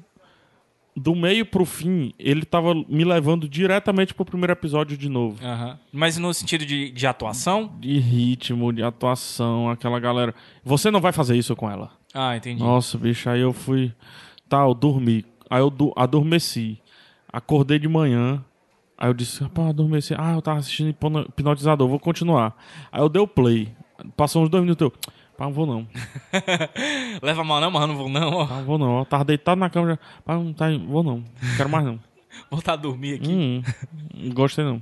S1: do meio pro fim, ele tava me levando diretamente pro primeiro episódio de novo.
S2: Aham. Mas no sentido de, de atuação?
S1: De ritmo, de atuação, aquela galera. Você não vai fazer isso com ela.
S2: Ah, entendi.
S1: Nossa, bicho, aí eu fui. Tá, eu dormi. Aí eu du- adormeci. Acordei de manhã. Aí eu disse, rapaz, adormeci. Ah, eu tava assistindo hipno- hipnotizador, vou continuar. Aí eu dei o play. Passou uns dois minutos, eu. Pá, não vou não.
S2: Leva mal não, mas não vou não. ó.
S1: Pá, não vou não. Eu tava deitado na cama já. Pá, não tá, vou não. Não quero mais não.
S2: Voltar a dormir aqui.
S1: Hum, não gostei não.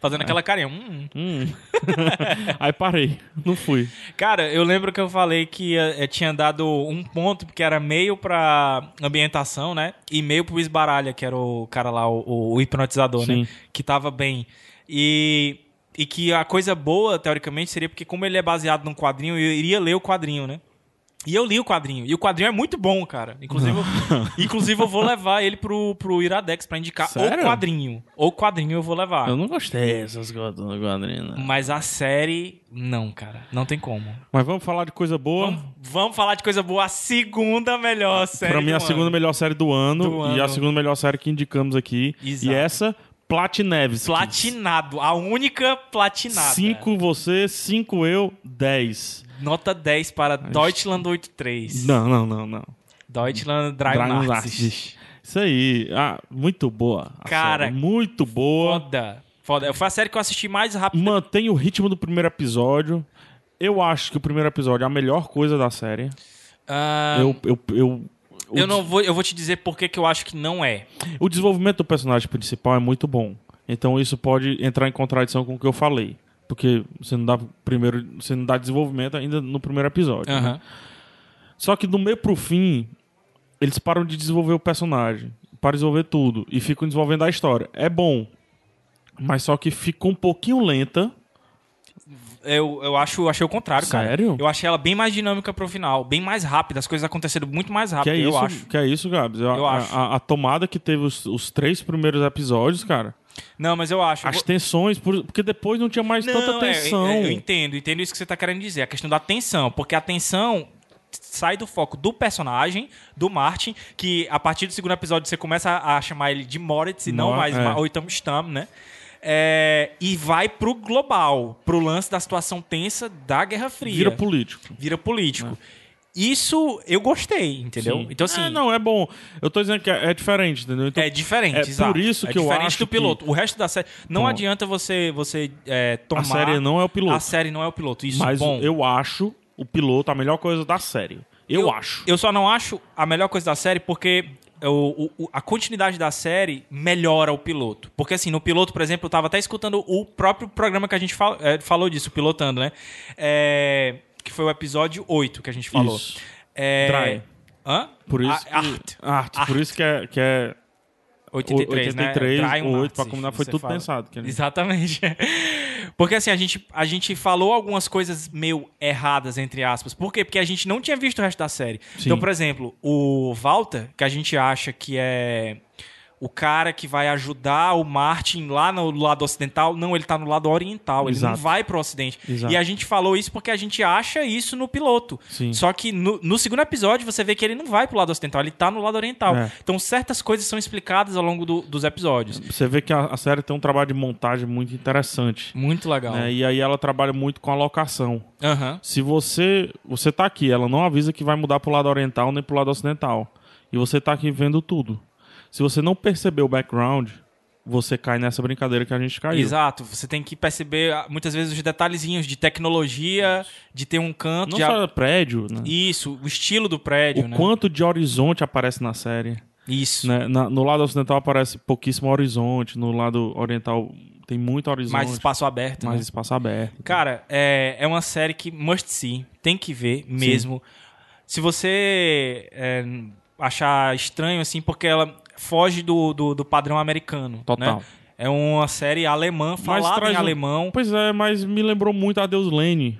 S2: Fazendo
S1: É.
S2: aquela carinha. Hum.
S1: Hum. Aí parei. Não fui.
S2: Cara, eu lembro que eu falei que eh, eh, tinha dado um ponto, porque era meio pra ambientação, né? E meio pro esbaralha, que era o cara lá, o, o hipnotizador, né?
S1: Sim.
S2: Que tava bem. E, e que a coisa boa, teoricamente, seria porque, como ele é baseado num quadrinho, eu iria ler o quadrinho, né? E eu li o quadrinho. E o quadrinho é muito bom, cara. Inclusive, eu, inclusive eu vou levar ele pro, pro Iradex pra indicar o
S1: Sério?
S2: quadrinho. O quadrinho eu vou levar.
S1: Eu não gostei dessas coisas do Guadrina.
S2: Mas a série, não, cara. Não tem como.
S1: Mas vamos falar de coisa boa.
S2: Vamos, vamos falar de coisa boa. A segunda melhor série.
S1: Ah, Pra mim,
S2: do
S1: a
S2: ano.
S1: segunda melhor série do ano,
S2: Do
S1: e
S2: ano.
S1: a segunda melhor série que indicamos aqui.
S2: Exato.
S1: E essa, Platineves.
S2: Platinado. A única platinada.
S1: 5 você, 5 eu, 10.
S2: Nota 10 para Deutschland 83.
S1: Não, não, não, não.
S2: Deutschland
S1: Dragon
S2: Dragon
S1: Artist. Isso aí. Ah, muito boa. a
S2: Cara,
S1: série, muito boa.
S2: Foda. Foda. Foi a série que eu assisti mais rápido.
S1: Mantém o ritmo do primeiro episódio. Eu acho que o primeiro episódio é a melhor coisa da série.
S2: Ah, eu,
S1: Eu, eu, eu, o
S2: não vou, eu vou te dizer por que que eu acho que não é.
S1: O desenvolvimento do personagem principal é muito bom. Então isso pode entrar em contradição com o que eu falei. Porque você não dá primeiro. Você não dá desenvolvimento ainda no primeiro episódio. né?
S2: Aham.
S1: Só que do meio pro fim, eles param de desenvolver o personagem. Para desenvolver tudo. E ficam desenvolvendo a história. É bom. Mas só que fica um pouquinho lenta.
S2: Eu, eu acho, eu achei o contrário, cara.
S1: Sério?
S2: Eu achei ela bem mais dinâmica pro final, bem mais rápida, as coisas acontecendo muito mais
S1: Que
S2: rápido,
S1: é
S2: eu
S1: isso,
S2: acho.
S1: que é isso, Gabs.
S2: Eu
S1: a,
S2: acho.
S1: a- a tomada que teve os, os três primeiros episódios, cara.
S2: Não, mas eu acho. Eu
S1: As
S2: vou-
S1: tensões, por- porque depois não tinha mais tanta
S2: é,
S1: tensão.
S2: é, Eu, entendo, entendo isso que você tá querendo dizer. A questão da tensão, porque a tensão sai do foco do personagem, do Martin, que a partir do segundo episódio você começa a, a chamar ele de Moritz e não
S1: Mo-
S2: mais
S1: é.
S2: Ma- ou então Stam, né? É, e vai pro global, pro lance da situação tensa da Guerra Fria.
S1: Vira político.
S2: Vira político. Isso eu gostei, entendeu?
S1: Sim.
S2: Então assim,
S1: É, não, é bom. Eu tô dizendo que é, é diferente, entendeu? Então,
S2: é diferente,
S1: É
S2: exato.
S1: por isso
S2: É
S1: que eu
S2: diferente
S1: acho
S2: do
S1: que-
S2: piloto. O resto da série não
S1: Bom,
S2: adianta você você é, tomar
S1: a série não é o piloto.
S2: A série não é o piloto. Isso
S1: mas
S2: bom.
S1: eu acho o piloto a melhor coisa da série. Eu, acho.
S2: Eu só não acho a melhor coisa da série porque o- o- o- a continuidade da série melhora o piloto. Porque, assim, no piloto, por exemplo, eu tava até escutando o próprio programa que a gente fal- eh, falou disso, o pilotando, né? É, que foi o episódio 8 que a gente falou.
S1: Isso.
S2: É,
S1: Dry.
S2: Hã?
S1: Por isso.
S2: A- Art.
S1: que, arte. Por isso que é. Que é
S2: 83, né?
S1: 83,
S2: Dry
S1: o 8 pra
S2: March,
S1: combinar, foi
S2: você
S1: tudo pensado, que ele-
S2: Exatamente. Porque assim, a gente, a gente falou algumas coisas meio erradas, entre aspas. Por quê? Porque a gente não tinha visto o resto da série.
S1: Sim.
S2: Então, por exemplo, o Walter, que a gente acha que é o cara que vai ajudar o Martin lá no lado ocidental, não, ele tá no lado oriental, ele não
S1: Exato.
S2: vai pro ocidente.
S1: Exato.
S2: E a gente falou isso porque a gente acha isso no piloto.
S1: Sim.
S2: Só que no, no segundo episódio você vê que ele não vai pro lado ocidental, ele tá no lado oriental.
S1: É.
S2: Então certas coisas são explicadas ao longo do- dos episódios.
S1: Você vê que a, a série tem um trabalho de montagem muito interessante.
S2: Muito legal.
S1: né? E aí ela trabalha muito com a locação.
S2: Aham.
S1: Se você. Você tá aqui, ela não avisa que vai mudar pro lado oriental nem pro lado ocidental. E você tá aqui vendo tudo. Se você não perceber o background, você cai nessa brincadeira que a gente caiu.
S2: Exato, você tem que perceber ah, muitas vezes os detalhezinhos de tecnologia, de ter um canto,
S1: Não
S2: de a-
S1: só prédio, né?
S2: isso, o estilo do prédio,
S1: o
S2: né?
S1: quanto de horizonte aparece na série.
S2: Isso.
S1: né? Na- no lado ocidental aparece pouquíssimo horizonte, no lado oriental tem muito horizonte,
S2: Mais espaço aberto.
S1: mais
S2: né?
S1: espaço aberto.
S2: Cara, é, é uma série que must see, tem que ver mesmo. Se você é, achar estranho, assim, porque ela foge do, do, do padrão americano.
S1: Total.
S2: né? Então, É uma série alemã,
S1: Mas
S2: falada em
S1: traz um-
S2: alemão.
S1: Pois é, mas me lembrou muito a Deus Lane.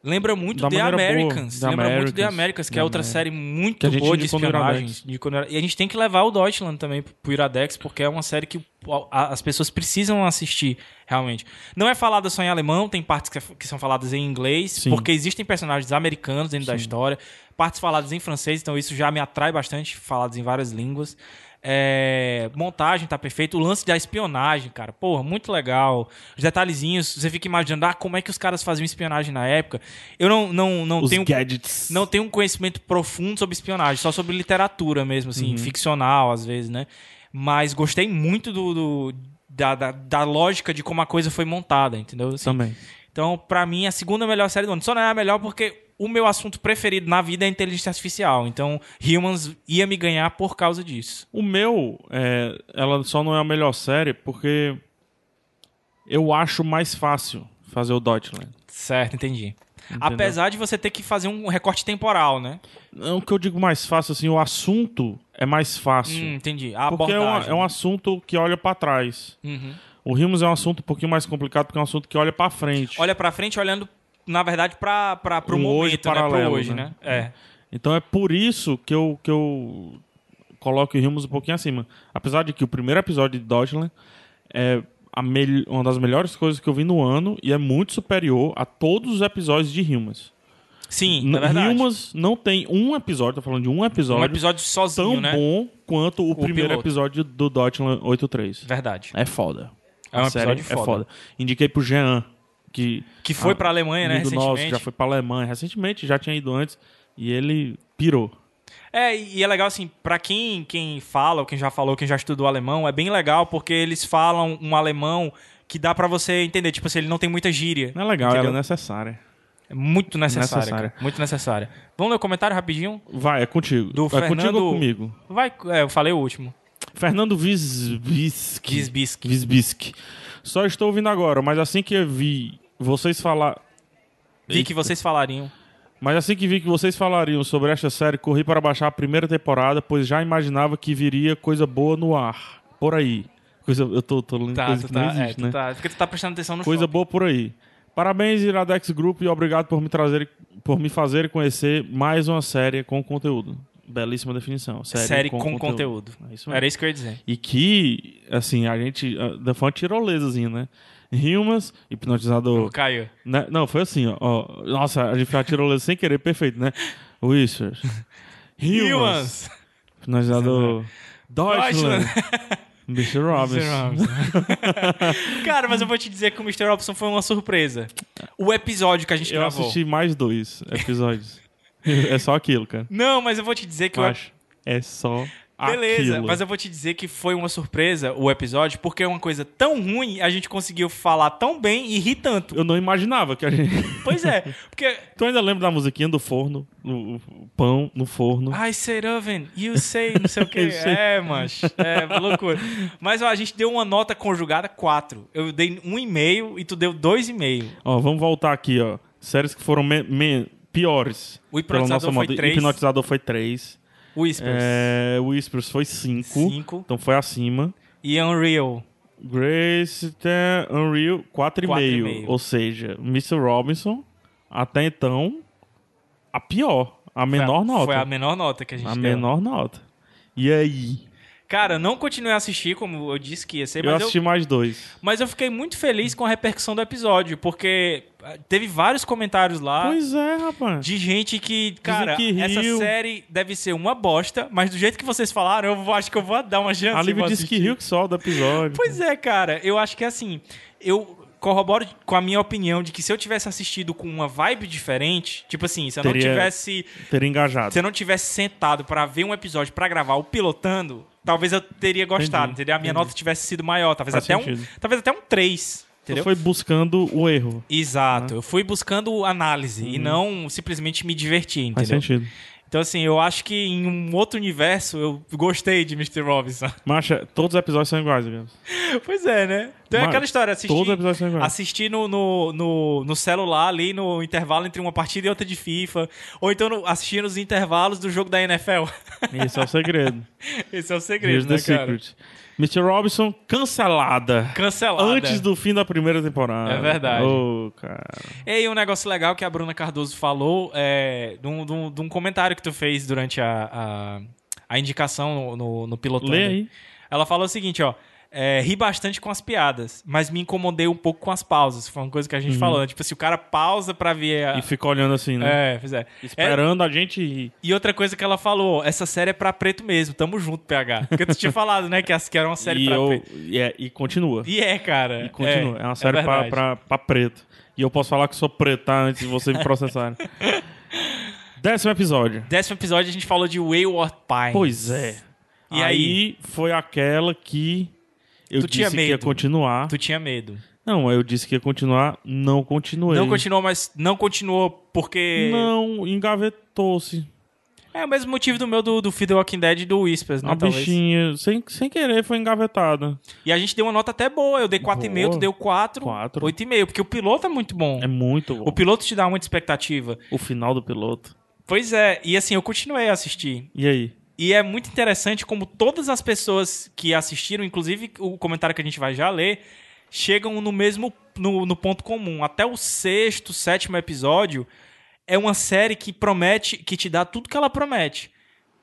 S2: Lembra muito
S1: Da
S2: The
S1: maneira boa,
S2: Americans.
S1: The
S2: Lembra muito The
S1: Americans.
S2: Americans, que
S1: The
S2: é outra
S1: Ameri-
S2: série muito
S1: Que a gente
S2: boa de
S1: indicou no Iradex.
S2: espionagem. de quando era- E a gente tem que levar o Deutschland também pro Iradex, porque é uma série que o- a- as pessoas precisam assistir, realmente. Não é falada só em alemão, tem partes que, é- que são faladas em inglês,
S1: Sim.
S2: porque existem personagens americanos dentro da história, partes faladas em francês, então isso já me atrai bastante, faladas em várias línguas. É, montagem tá perfeito, o lance da espionagem, cara, porra, muito legal. Os detalhezinhos, você fica imaginando, ah, como é que os caras faziam espionagem na época. Eu não, não, não
S1: Os
S2: tenho
S1: gadgets.
S2: não tenho um conhecimento profundo sobre espionagem, só sobre literatura mesmo, assim,
S1: Uhum.
S2: ficcional às vezes, né? Mas gostei muito do, do- da, da, da lógica de como a coisa foi montada, entendeu? Assim,
S1: Também.
S2: então, pra mim, a segunda melhor série do ano. Só não é a melhor porque o meu assunto preferido na vida é inteligência artificial. Então, Humans ia me ganhar por causa disso.
S1: O meu, é, ela só não é a melhor série porque eu acho mais fácil fazer o Deutschland.
S2: Certo, entendi. Apesar de você ter que fazer um recorte temporal, né?
S1: Não É que eu digo mais fácil, assim, o assunto é mais fácil.
S2: Hum, entendi. A
S1: porque é, uma-
S2: abordagem.
S1: é um assunto que olha pra trás.
S2: Uhum.
S1: O Rimos é um assunto um pouquinho mais complicado porque é um assunto que olha pra frente.
S2: Olha pra frente, olhando, na verdade, pra, pra, pro
S1: Um
S2: momento,
S1: hoje
S2: né?
S1: paralelo,
S2: Pro hoje,
S1: né?
S2: né? É.
S1: Então é por isso que eu, que eu coloco o Rimos um pouquinho acima. Apesar de que o primeiro episódio de Deutschland é a mel- uma das melhores coisas que eu vi no ano e é muito superior a todos os episódios de Rimos.
S2: Sim, na verdade.
S1: Rimos não tem um episódio, tô falando de um episódio,
S2: um episódio sozinho,
S1: tão
S2: né?
S1: bom quanto o, primeiro
S2: piloto.
S1: episódio do Deutschland 83.
S2: Verdade.
S1: É foda.
S2: É um
S1: A série
S2: episódio foda.
S1: É foda. Indiquei pro Jean, que.
S2: Que foi pra Alemanha, né,
S1: amigo nosso,
S2: recentemente.
S1: já foi pra Alemanha recentemente, já tinha ido antes, e ele pirou.
S2: É, e é legal assim, pra quem quem fala, ou quem já falou, quem já estudou alemão, é bem legal porque eles falam um alemão que dá pra você entender, tipo assim, ele não tem muita gíria.
S1: Não é legal,
S2: entendeu?
S1: ela é necessária.
S2: É muito necessária,
S1: Necessária.
S2: cara, muito necessária. Vamos ler o comentário rapidinho?
S1: Vai, é contigo.
S2: Do
S1: é
S2: Fernando-
S1: contigo ou comigo?
S2: Vai, é, eu falei o último.
S1: Fernando Visbisk.
S2: Gisbisk.
S1: Visbisk. Só estou ouvindo agora, mas assim que eu vi vocês falar.
S2: Vi que vocês falariam.
S1: Mas assim que vi que vocês falariam sobre esta série, corri para baixar a primeira temporada, pois já imaginava que viria coisa boa no ar. Por aí. Coisa, eu tô, tô lendo
S2: Tá,
S1: coisa
S2: tu
S1: que
S2: tá,
S1: não existe,
S2: é, tu
S1: né?
S2: tá, porque tu tá prestando atenção no
S1: Coisa
S2: shopping.
S1: boa por aí. Parabéns, Iradex Group, e obrigado por me trazer, por me fazer conhecer mais uma série com conteúdo. Belíssima definição. Série,
S2: Série
S1: com,
S2: com, conteúdo.
S1: É isso mesmo.
S2: Era isso que eu ia dizer.
S1: E que, assim, a gente. ah, Da foi uma tirolesazinha, né? Rimas, hipnotizador.
S2: O Caio.
S1: né? Não, foi assim, ó. ó. Nossa, a gente fez uma tirolesa sem querer, perfeito, né? Wishers. Rimas,
S2: Humans. né?
S1: hipnotizador. Deutschland. Mr. Robinson.
S2: Cara, mas eu vou te dizer que o Mr. Robson foi uma surpresa. O episódio que a gente
S1: Eu
S2: gravou.
S1: assisti mais dois episódios. é só aquilo, cara.
S2: Não, mas eu vou te dizer que
S1: Eu
S2: o-
S1: acho. É só
S2: Beleza,
S1: aquilo.
S2: mas eu vou te dizer que foi uma surpresa o episódio, porque é uma coisa tão ruim, a gente conseguiu falar tão bem e rir tanto.
S1: Eu não imaginava que a gente...
S2: Pois é, porque...
S1: Tu ainda lembra da musiquinha do forno? O, o- o pão no forno.
S2: I say Raven, you say não sei o que.
S1: Eu sei.
S2: É, mancho. É, loucura. Mas ó, a gente deu uma nota conjugada 4. Eu dei 1,5 e tu deu 2,5.
S1: Ó, vamos voltar aqui, ó. Séries que foram me- me- piores.
S2: O
S1: pela
S2: Hipnotizador
S1: nossa
S2: foi
S1: moda.
S2: três.
S1: Hipnotizador foi 3.
S2: Whispers.
S1: É, Whispers foi 5.
S2: 5.
S1: Então foi acima.
S2: E Unreal.
S1: Grace até Unreal
S2: Quatro e meio.
S1: 4,5. Ou seja, Mr. Robinson, até então, a pior. A menor nota.
S2: Foi a menor nota que a gente
S1: a
S2: deu.
S1: menor nota. E aí?
S2: Cara, eu não continuei a assistir, como eu disse que ia ser,
S1: eu
S2: mas eu,
S1: assisti mais dois.
S2: mas eu fiquei muito feliz com a repercussão do episódio, porque ah, teve vários comentários lá
S1: Pois é, rapaz.
S2: de gente que, cara,
S1: que
S2: essa
S1: riu.
S2: série deve ser uma bosta, mas do jeito que vocês falaram, eu vou- acho que eu vou dar uma chance.
S1: A
S2: e
S1: Lívia
S2: vou
S1: disse que
S2: assistir.
S1: riu que só do episódio.
S2: Pois é, cara, eu acho que assim, eu corroboro com a minha opinião de que se eu tivesse assistido com uma vibe diferente, tipo assim, se eu
S1: Teria-
S2: não tivesse
S1: Ter engajado.
S2: se eu não tivesse sentado pra ver um episódio pra gravar o pilotando, talvez eu teria gostado,
S1: Entendi,
S2: entendeu? A minha
S1: entendi.
S2: nota tivesse sido maior, talvez
S1: Faz
S2: até um,
S1: sentido.
S2: talvez até um 3,
S1: Você
S2: entendeu?
S1: foi buscando o erro.
S2: Exato. Eu fui buscando análise e não simplesmente me divertir,
S1: Uhum. Faz
S2: entendeu?
S1: sentido.
S2: Então assim, eu acho que em um outro universo eu gostei de Mr. Robinson.
S1: Macha, todos os episódios são iguais, digamos.
S2: pois é, né? Tem
S1: Mas
S2: aquela história, assistir,
S1: todo episódio é. tem agora.
S2: assistir no, no, no, no celular ali, no intervalo entre uma partida e outra de FIFA. Ou então no- assistir nos intervalos do jogo da NFL.
S1: Esse é o segredo.
S2: Esse é o segredo,
S1: Here's the
S2: né, cara?
S1: secret. Mr. Robinson cancelada.
S2: Cancelada.
S1: Antes do fim da primeira temporada.
S2: É verdade.
S1: Ô, cara.
S2: E aí, um negócio legal que a Bruna Cardoso falou é, de, um, de um- de um comentário que tu fez durante a, a, a indicação no, no, no pilotão.
S1: Lê
S2: né?
S1: aí.
S2: Ela falou o seguinte, ó. é, ri bastante com as piadas, mas me incomodei um pouco com as pausas. Foi uma coisa que a gente falou, né? Tipo, se o cara pausa pra ver... A...
S1: Uhum. E fica olhando assim, né?
S2: É, pois é. É,
S1: Esperando a gente rir.
S2: E outra coisa que ela falou, essa série é pra preto mesmo, tamo junto, PH. Porque tu tinha falado, né, que, as, que era uma série
S1: e,
S2: pra
S1: eu-
S2: preto.
S1: e, é, e continua.
S2: E é, cara.
S1: E continua. É, uma série pra,
S2: verdade.
S1: pra, pra preto. E eu posso falar que sou preto, tá? Antes de você me processarem. Décimo episódio.
S2: Décimo episódio a gente falou de Wayward Pines.
S1: Pois é.
S2: E
S1: foi aquela que eu
S2: Tu
S1: disse
S2: tinha
S1: que ia
S2: medo.
S1: continuar.
S2: Tu tinha medo.
S1: Não, eu disse que ia continuar, não continuei.
S2: Não continuou, mas não continuou porque...
S1: Não, engavetou-se.
S2: É o mesmo motivo do meu do, do Fear the Walking Dead e do Whispers, né,
S1: A
S2: talvez.
S1: bichinha, sem, sem querer, foi engavetada.
S2: E a gente deu uma nota até boa. Eu dei 4,5,
S1: Boa.
S2: tu deu 4.
S1: Quatro.
S2: 8,5, porque o piloto é muito bom.
S1: É muito bom.
S2: O piloto te dá muita expectativa.
S1: O final do piloto.
S2: Pois é, e assim, eu continuei a assistir.
S1: E aí?
S2: E é muito interessante como todas as pessoas que assistiram, inclusive o comentário que a gente vai já ler, chegam no mesmo no, no ponto comum. Até o sexto, sétimo episódio é uma série que promete, que te dá tudo que ela promete.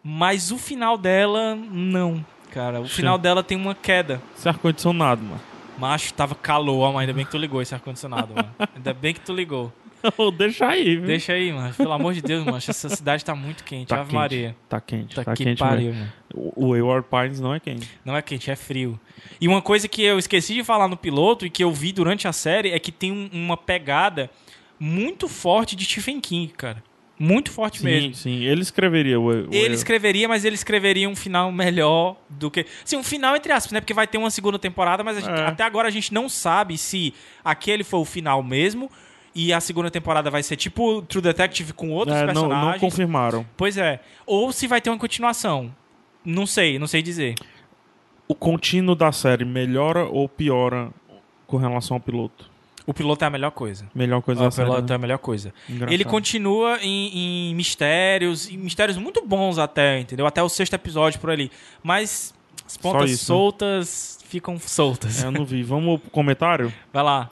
S2: Mas o final dela, não, cara. O
S1: Sim.
S2: final dela tem uma queda.
S1: Esse é ar-condicionado, mano.
S2: Macho, tava calor, mas ainda bem que tu ligou esse ar-condicionado, mano. Ainda bem que tu ligou.
S1: Ô, Deixa aí, viu?
S2: Deixa aí, mano. Pelo amor de Deus, mano. Essa cidade tá muito quente.
S1: Hum. Tá
S2: Ave
S1: quente.
S2: Maria.
S1: Tá quente,
S2: Tá,
S1: tá,
S2: que
S1: quente
S2: pariu,
S1: mesmo.
S2: mano.
S1: O o Wayward Pines não é quente.
S2: Não é quente, é frio. E uma coisa que eu esqueci de falar no piloto e que eu vi durante a série é que tem um- uma pegada muito forte de Stephen King, cara. Muito forte mesmo.
S1: sim. Ele escreveria o, o
S2: Ele escreveria, mas ele escreveria um final melhor do que. Sim, um final entre aspas, né? Porque vai ter uma segunda temporada, mas a gente-
S1: É.
S2: até agora a gente não sabe se aquele foi o final mesmo e a segunda temporada vai ser tipo True Detective com outros
S1: é, não,
S2: personagens.
S1: não confirmaram.
S2: Pois é. Ou se vai ter uma continuação. Não sei, não sei dizer.
S1: O contínuo da série melhora ou piora com relação ao piloto?
S2: O piloto é a melhor coisa.
S1: Melhor coisa
S2: O
S1: da série.
S2: piloto é
S1: né?
S2: a melhor coisa.
S1: Engraçado.
S2: Ele continua em, em mistérios, em mistérios muito bons até, entendeu? Até o sexto episódio por ali. Mas as pontas
S1: isso, né?
S2: soltas ficam soltas.
S1: É, Eu não vi. Vamos pro comentário?
S2: Vai lá.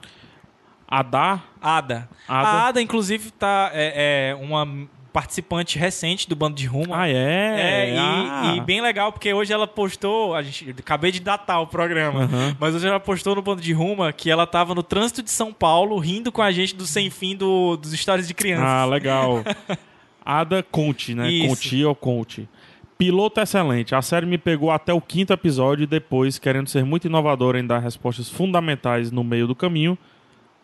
S1: Adá
S2: Ada.
S1: Ada.
S2: A Ada, inclusive, tá, é, é uma participante recente do Bando de Rumo.
S1: Ah,
S2: É,
S1: é?
S2: e,
S1: Ah.
S2: e bem legal, porque hoje ela postou. A gente acabei de datar o programa,
S1: Aham.
S2: mas hoje ela postou no bando de Ruma que ela tava no trânsito de São Paulo rindo com a gente do sem fim do- dos histórias de crianças.
S1: Ah, legal. Ada Conte, né?
S2: Isso.
S1: Conte ou Conte. Piloto excelente. A série me pegou até o quinto episódio e depois, querendo ser muito inovadora em dar respostas fundamentais no meio do caminho,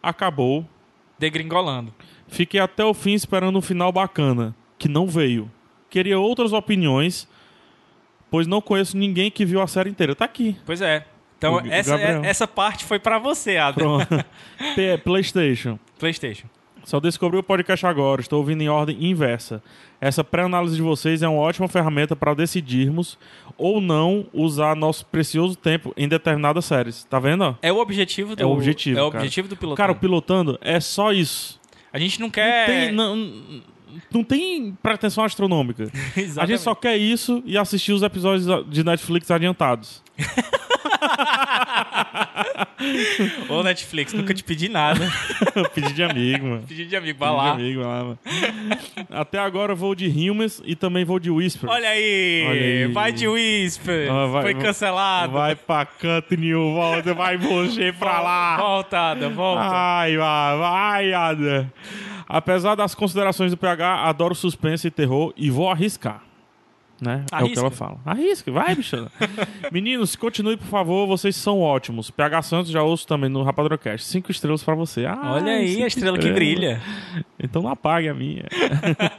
S1: acabou.
S2: Degringolando.
S1: Fiquei até o fim esperando um final bacana, que não veio. Queria outras opiniões, pois não conheço ninguém que viu a série inteira. Tá aqui.
S2: Pois é. Então,
S1: O
S2: essa,
S1: Gabriel.
S2: é- essa parte foi pra você, Ada.
S1: Pronto. P- PlayStation.
S2: PlayStation.
S1: Só descobri o podcast agora, estou ouvindo em ordem inversa. Essa pré-análise de vocês é uma ótima ferramenta para decidirmos ou não usar nosso precioso tempo em determinadas séries. Tá vendo? ó?
S2: É o objetivo do
S1: É o objetivo,
S2: É o
S1: cara.
S2: objetivo do piloto.
S1: Cara, o pilotando é só isso.
S2: a gente não
S1: Não
S2: quer.
S1: tem, não, não tem pretensão astronômica. A
S2: Exatamente.
S1: gente só quer isso e assistir os episódios de Netflix adiantados.
S2: Ô, Netflix, nunca te pedi nada.
S1: Pedir de amigo, mano.
S2: pedi de amigo, vai lá.
S1: Pedir de amigo, vai lá, mano. Até agora eu vou de Humans e também vou de Whisper.
S2: Olha aí,
S1: Olha aí.
S2: vai de Whisper.
S1: Ah, vai-
S2: foi cancelado.
S1: Vai pra canto nenhum, volta, vai você pra lá.
S2: Volta, Ada, volta.
S1: Ai, vai, vai, Ada. Apesar das considerações do PH, adoro suspense e terror e vou arriscar. Né? É o que
S2: Arrisca.
S1: ela fala. Arrisca, vai, bichona. Meninos, continue, por favor, vocês são ótimos. PH Santos já ouço também no Rapadrocast. Cinco estrelas pra você. Ai,
S2: Olha aí
S1: cinco
S2: a estrela que
S1: estrelas.
S2: brilha.
S1: Então não apague a minha.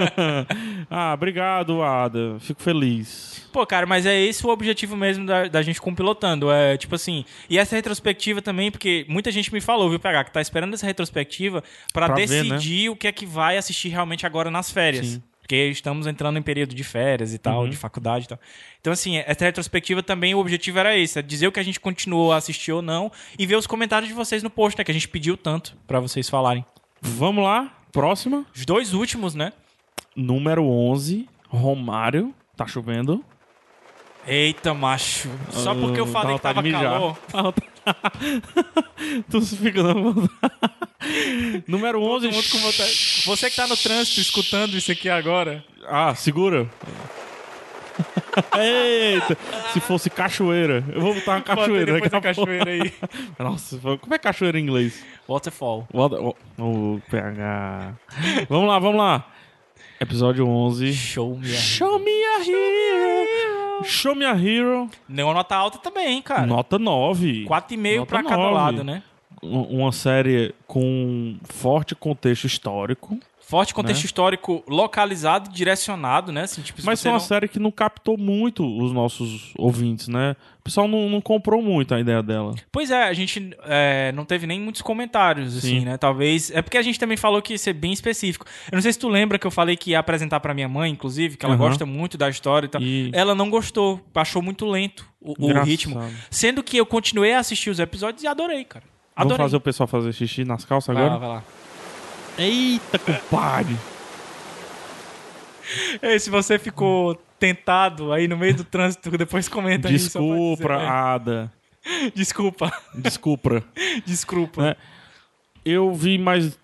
S1: ah, obrigado, Ada. Fico feliz.
S2: Pô, cara, mas é esse o objetivo mesmo da, da gente com o pilotando. É tipo assim. E essa retrospectiva também, porque muita gente me falou, viu, PH, que tá esperando essa retrospectiva pra
S1: Pra ver, né?
S2: decidir o que é que vai assistir realmente agora nas férias.
S1: Sim. Uhum.
S2: porque estamos entrando em período de férias e tal, de faculdade e tal. Então, assim, essa retrospectiva também, o objetivo era esse, é dizer o que a gente continuou a assistir ou não e ver os comentários de vocês no post, né, que a gente pediu tanto pra vocês falarem.
S1: Vamos lá, próxima.
S2: Os dois últimos, né?
S1: Número 11, Romário. Tá chovendo.
S2: Eita, macho. Só porque eu
S1: Ah,
S2: falei que
S1: dá
S2: tava
S1: vontade de mijar.
S2: calor.
S1: Dá vontade- tu se fica na vontade. Número 11,
S2: Todo mundo com vontade. Você que tá no trânsito escutando isso aqui agora.
S1: Ah, segura. Eita, se fosse cachoeira. Eu vou botar uma cachoeira.
S2: Bota depois
S1: daqui
S2: da
S1: a pouco.
S2: cachoeira aí.
S1: Nossa, como é cachoeira em inglês?
S2: Waterfall.
S1: O PH. Vamos lá, vamos lá. Episódio 11.
S2: Show me.
S1: Show me a hero. Show me a hero.
S2: Deu uma nota alta também, hein, cara.
S1: Nota 9.
S2: 4,5
S1: Nota
S2: pra cada
S1: nove.
S2: lado, né?
S1: Uma série com forte contexto histórico.
S2: Forte contexto histórico localizado, direcionado, né? Assim, tipo, se
S1: Né? Mas
S2: você
S1: foi uma
S2: não-
S1: série que não captou muito os nossos ouvintes, né? O pessoal não, não comprou muito a ideia dela.
S2: Pois é, a gente é, não teve nem muitos comentários, assim,
S1: Sim.
S2: né? Talvez. É porque a gente também falou que ia ser bem específico. Eu não sei se tu lembra que eu falei que ia apresentar pra minha mãe, inclusive, que ela
S1: Aham.
S2: gosta muito da história e tal.
S1: E-
S2: Ela não gostou, achou muito lento o, o
S1: Engraçado.
S2: ritmo. Sendo que eu continuei a assistir os episódios e adorei, cara.
S1: Vamos
S2: Adorei.
S1: fazer o pessoal fazer xixi nas calças
S2: Vai lá,
S1: agora?
S2: vai lá. Ah,
S1: Eita, compadre!
S2: Ei, se você ficou tentado aí no meio do trânsito, depois comenta aí. só pra dizer,
S1: Desculpa, Ada.
S2: né? Desculpa.
S1: Desculpa.
S2: Desculpa.
S1: Né? Eu vi mais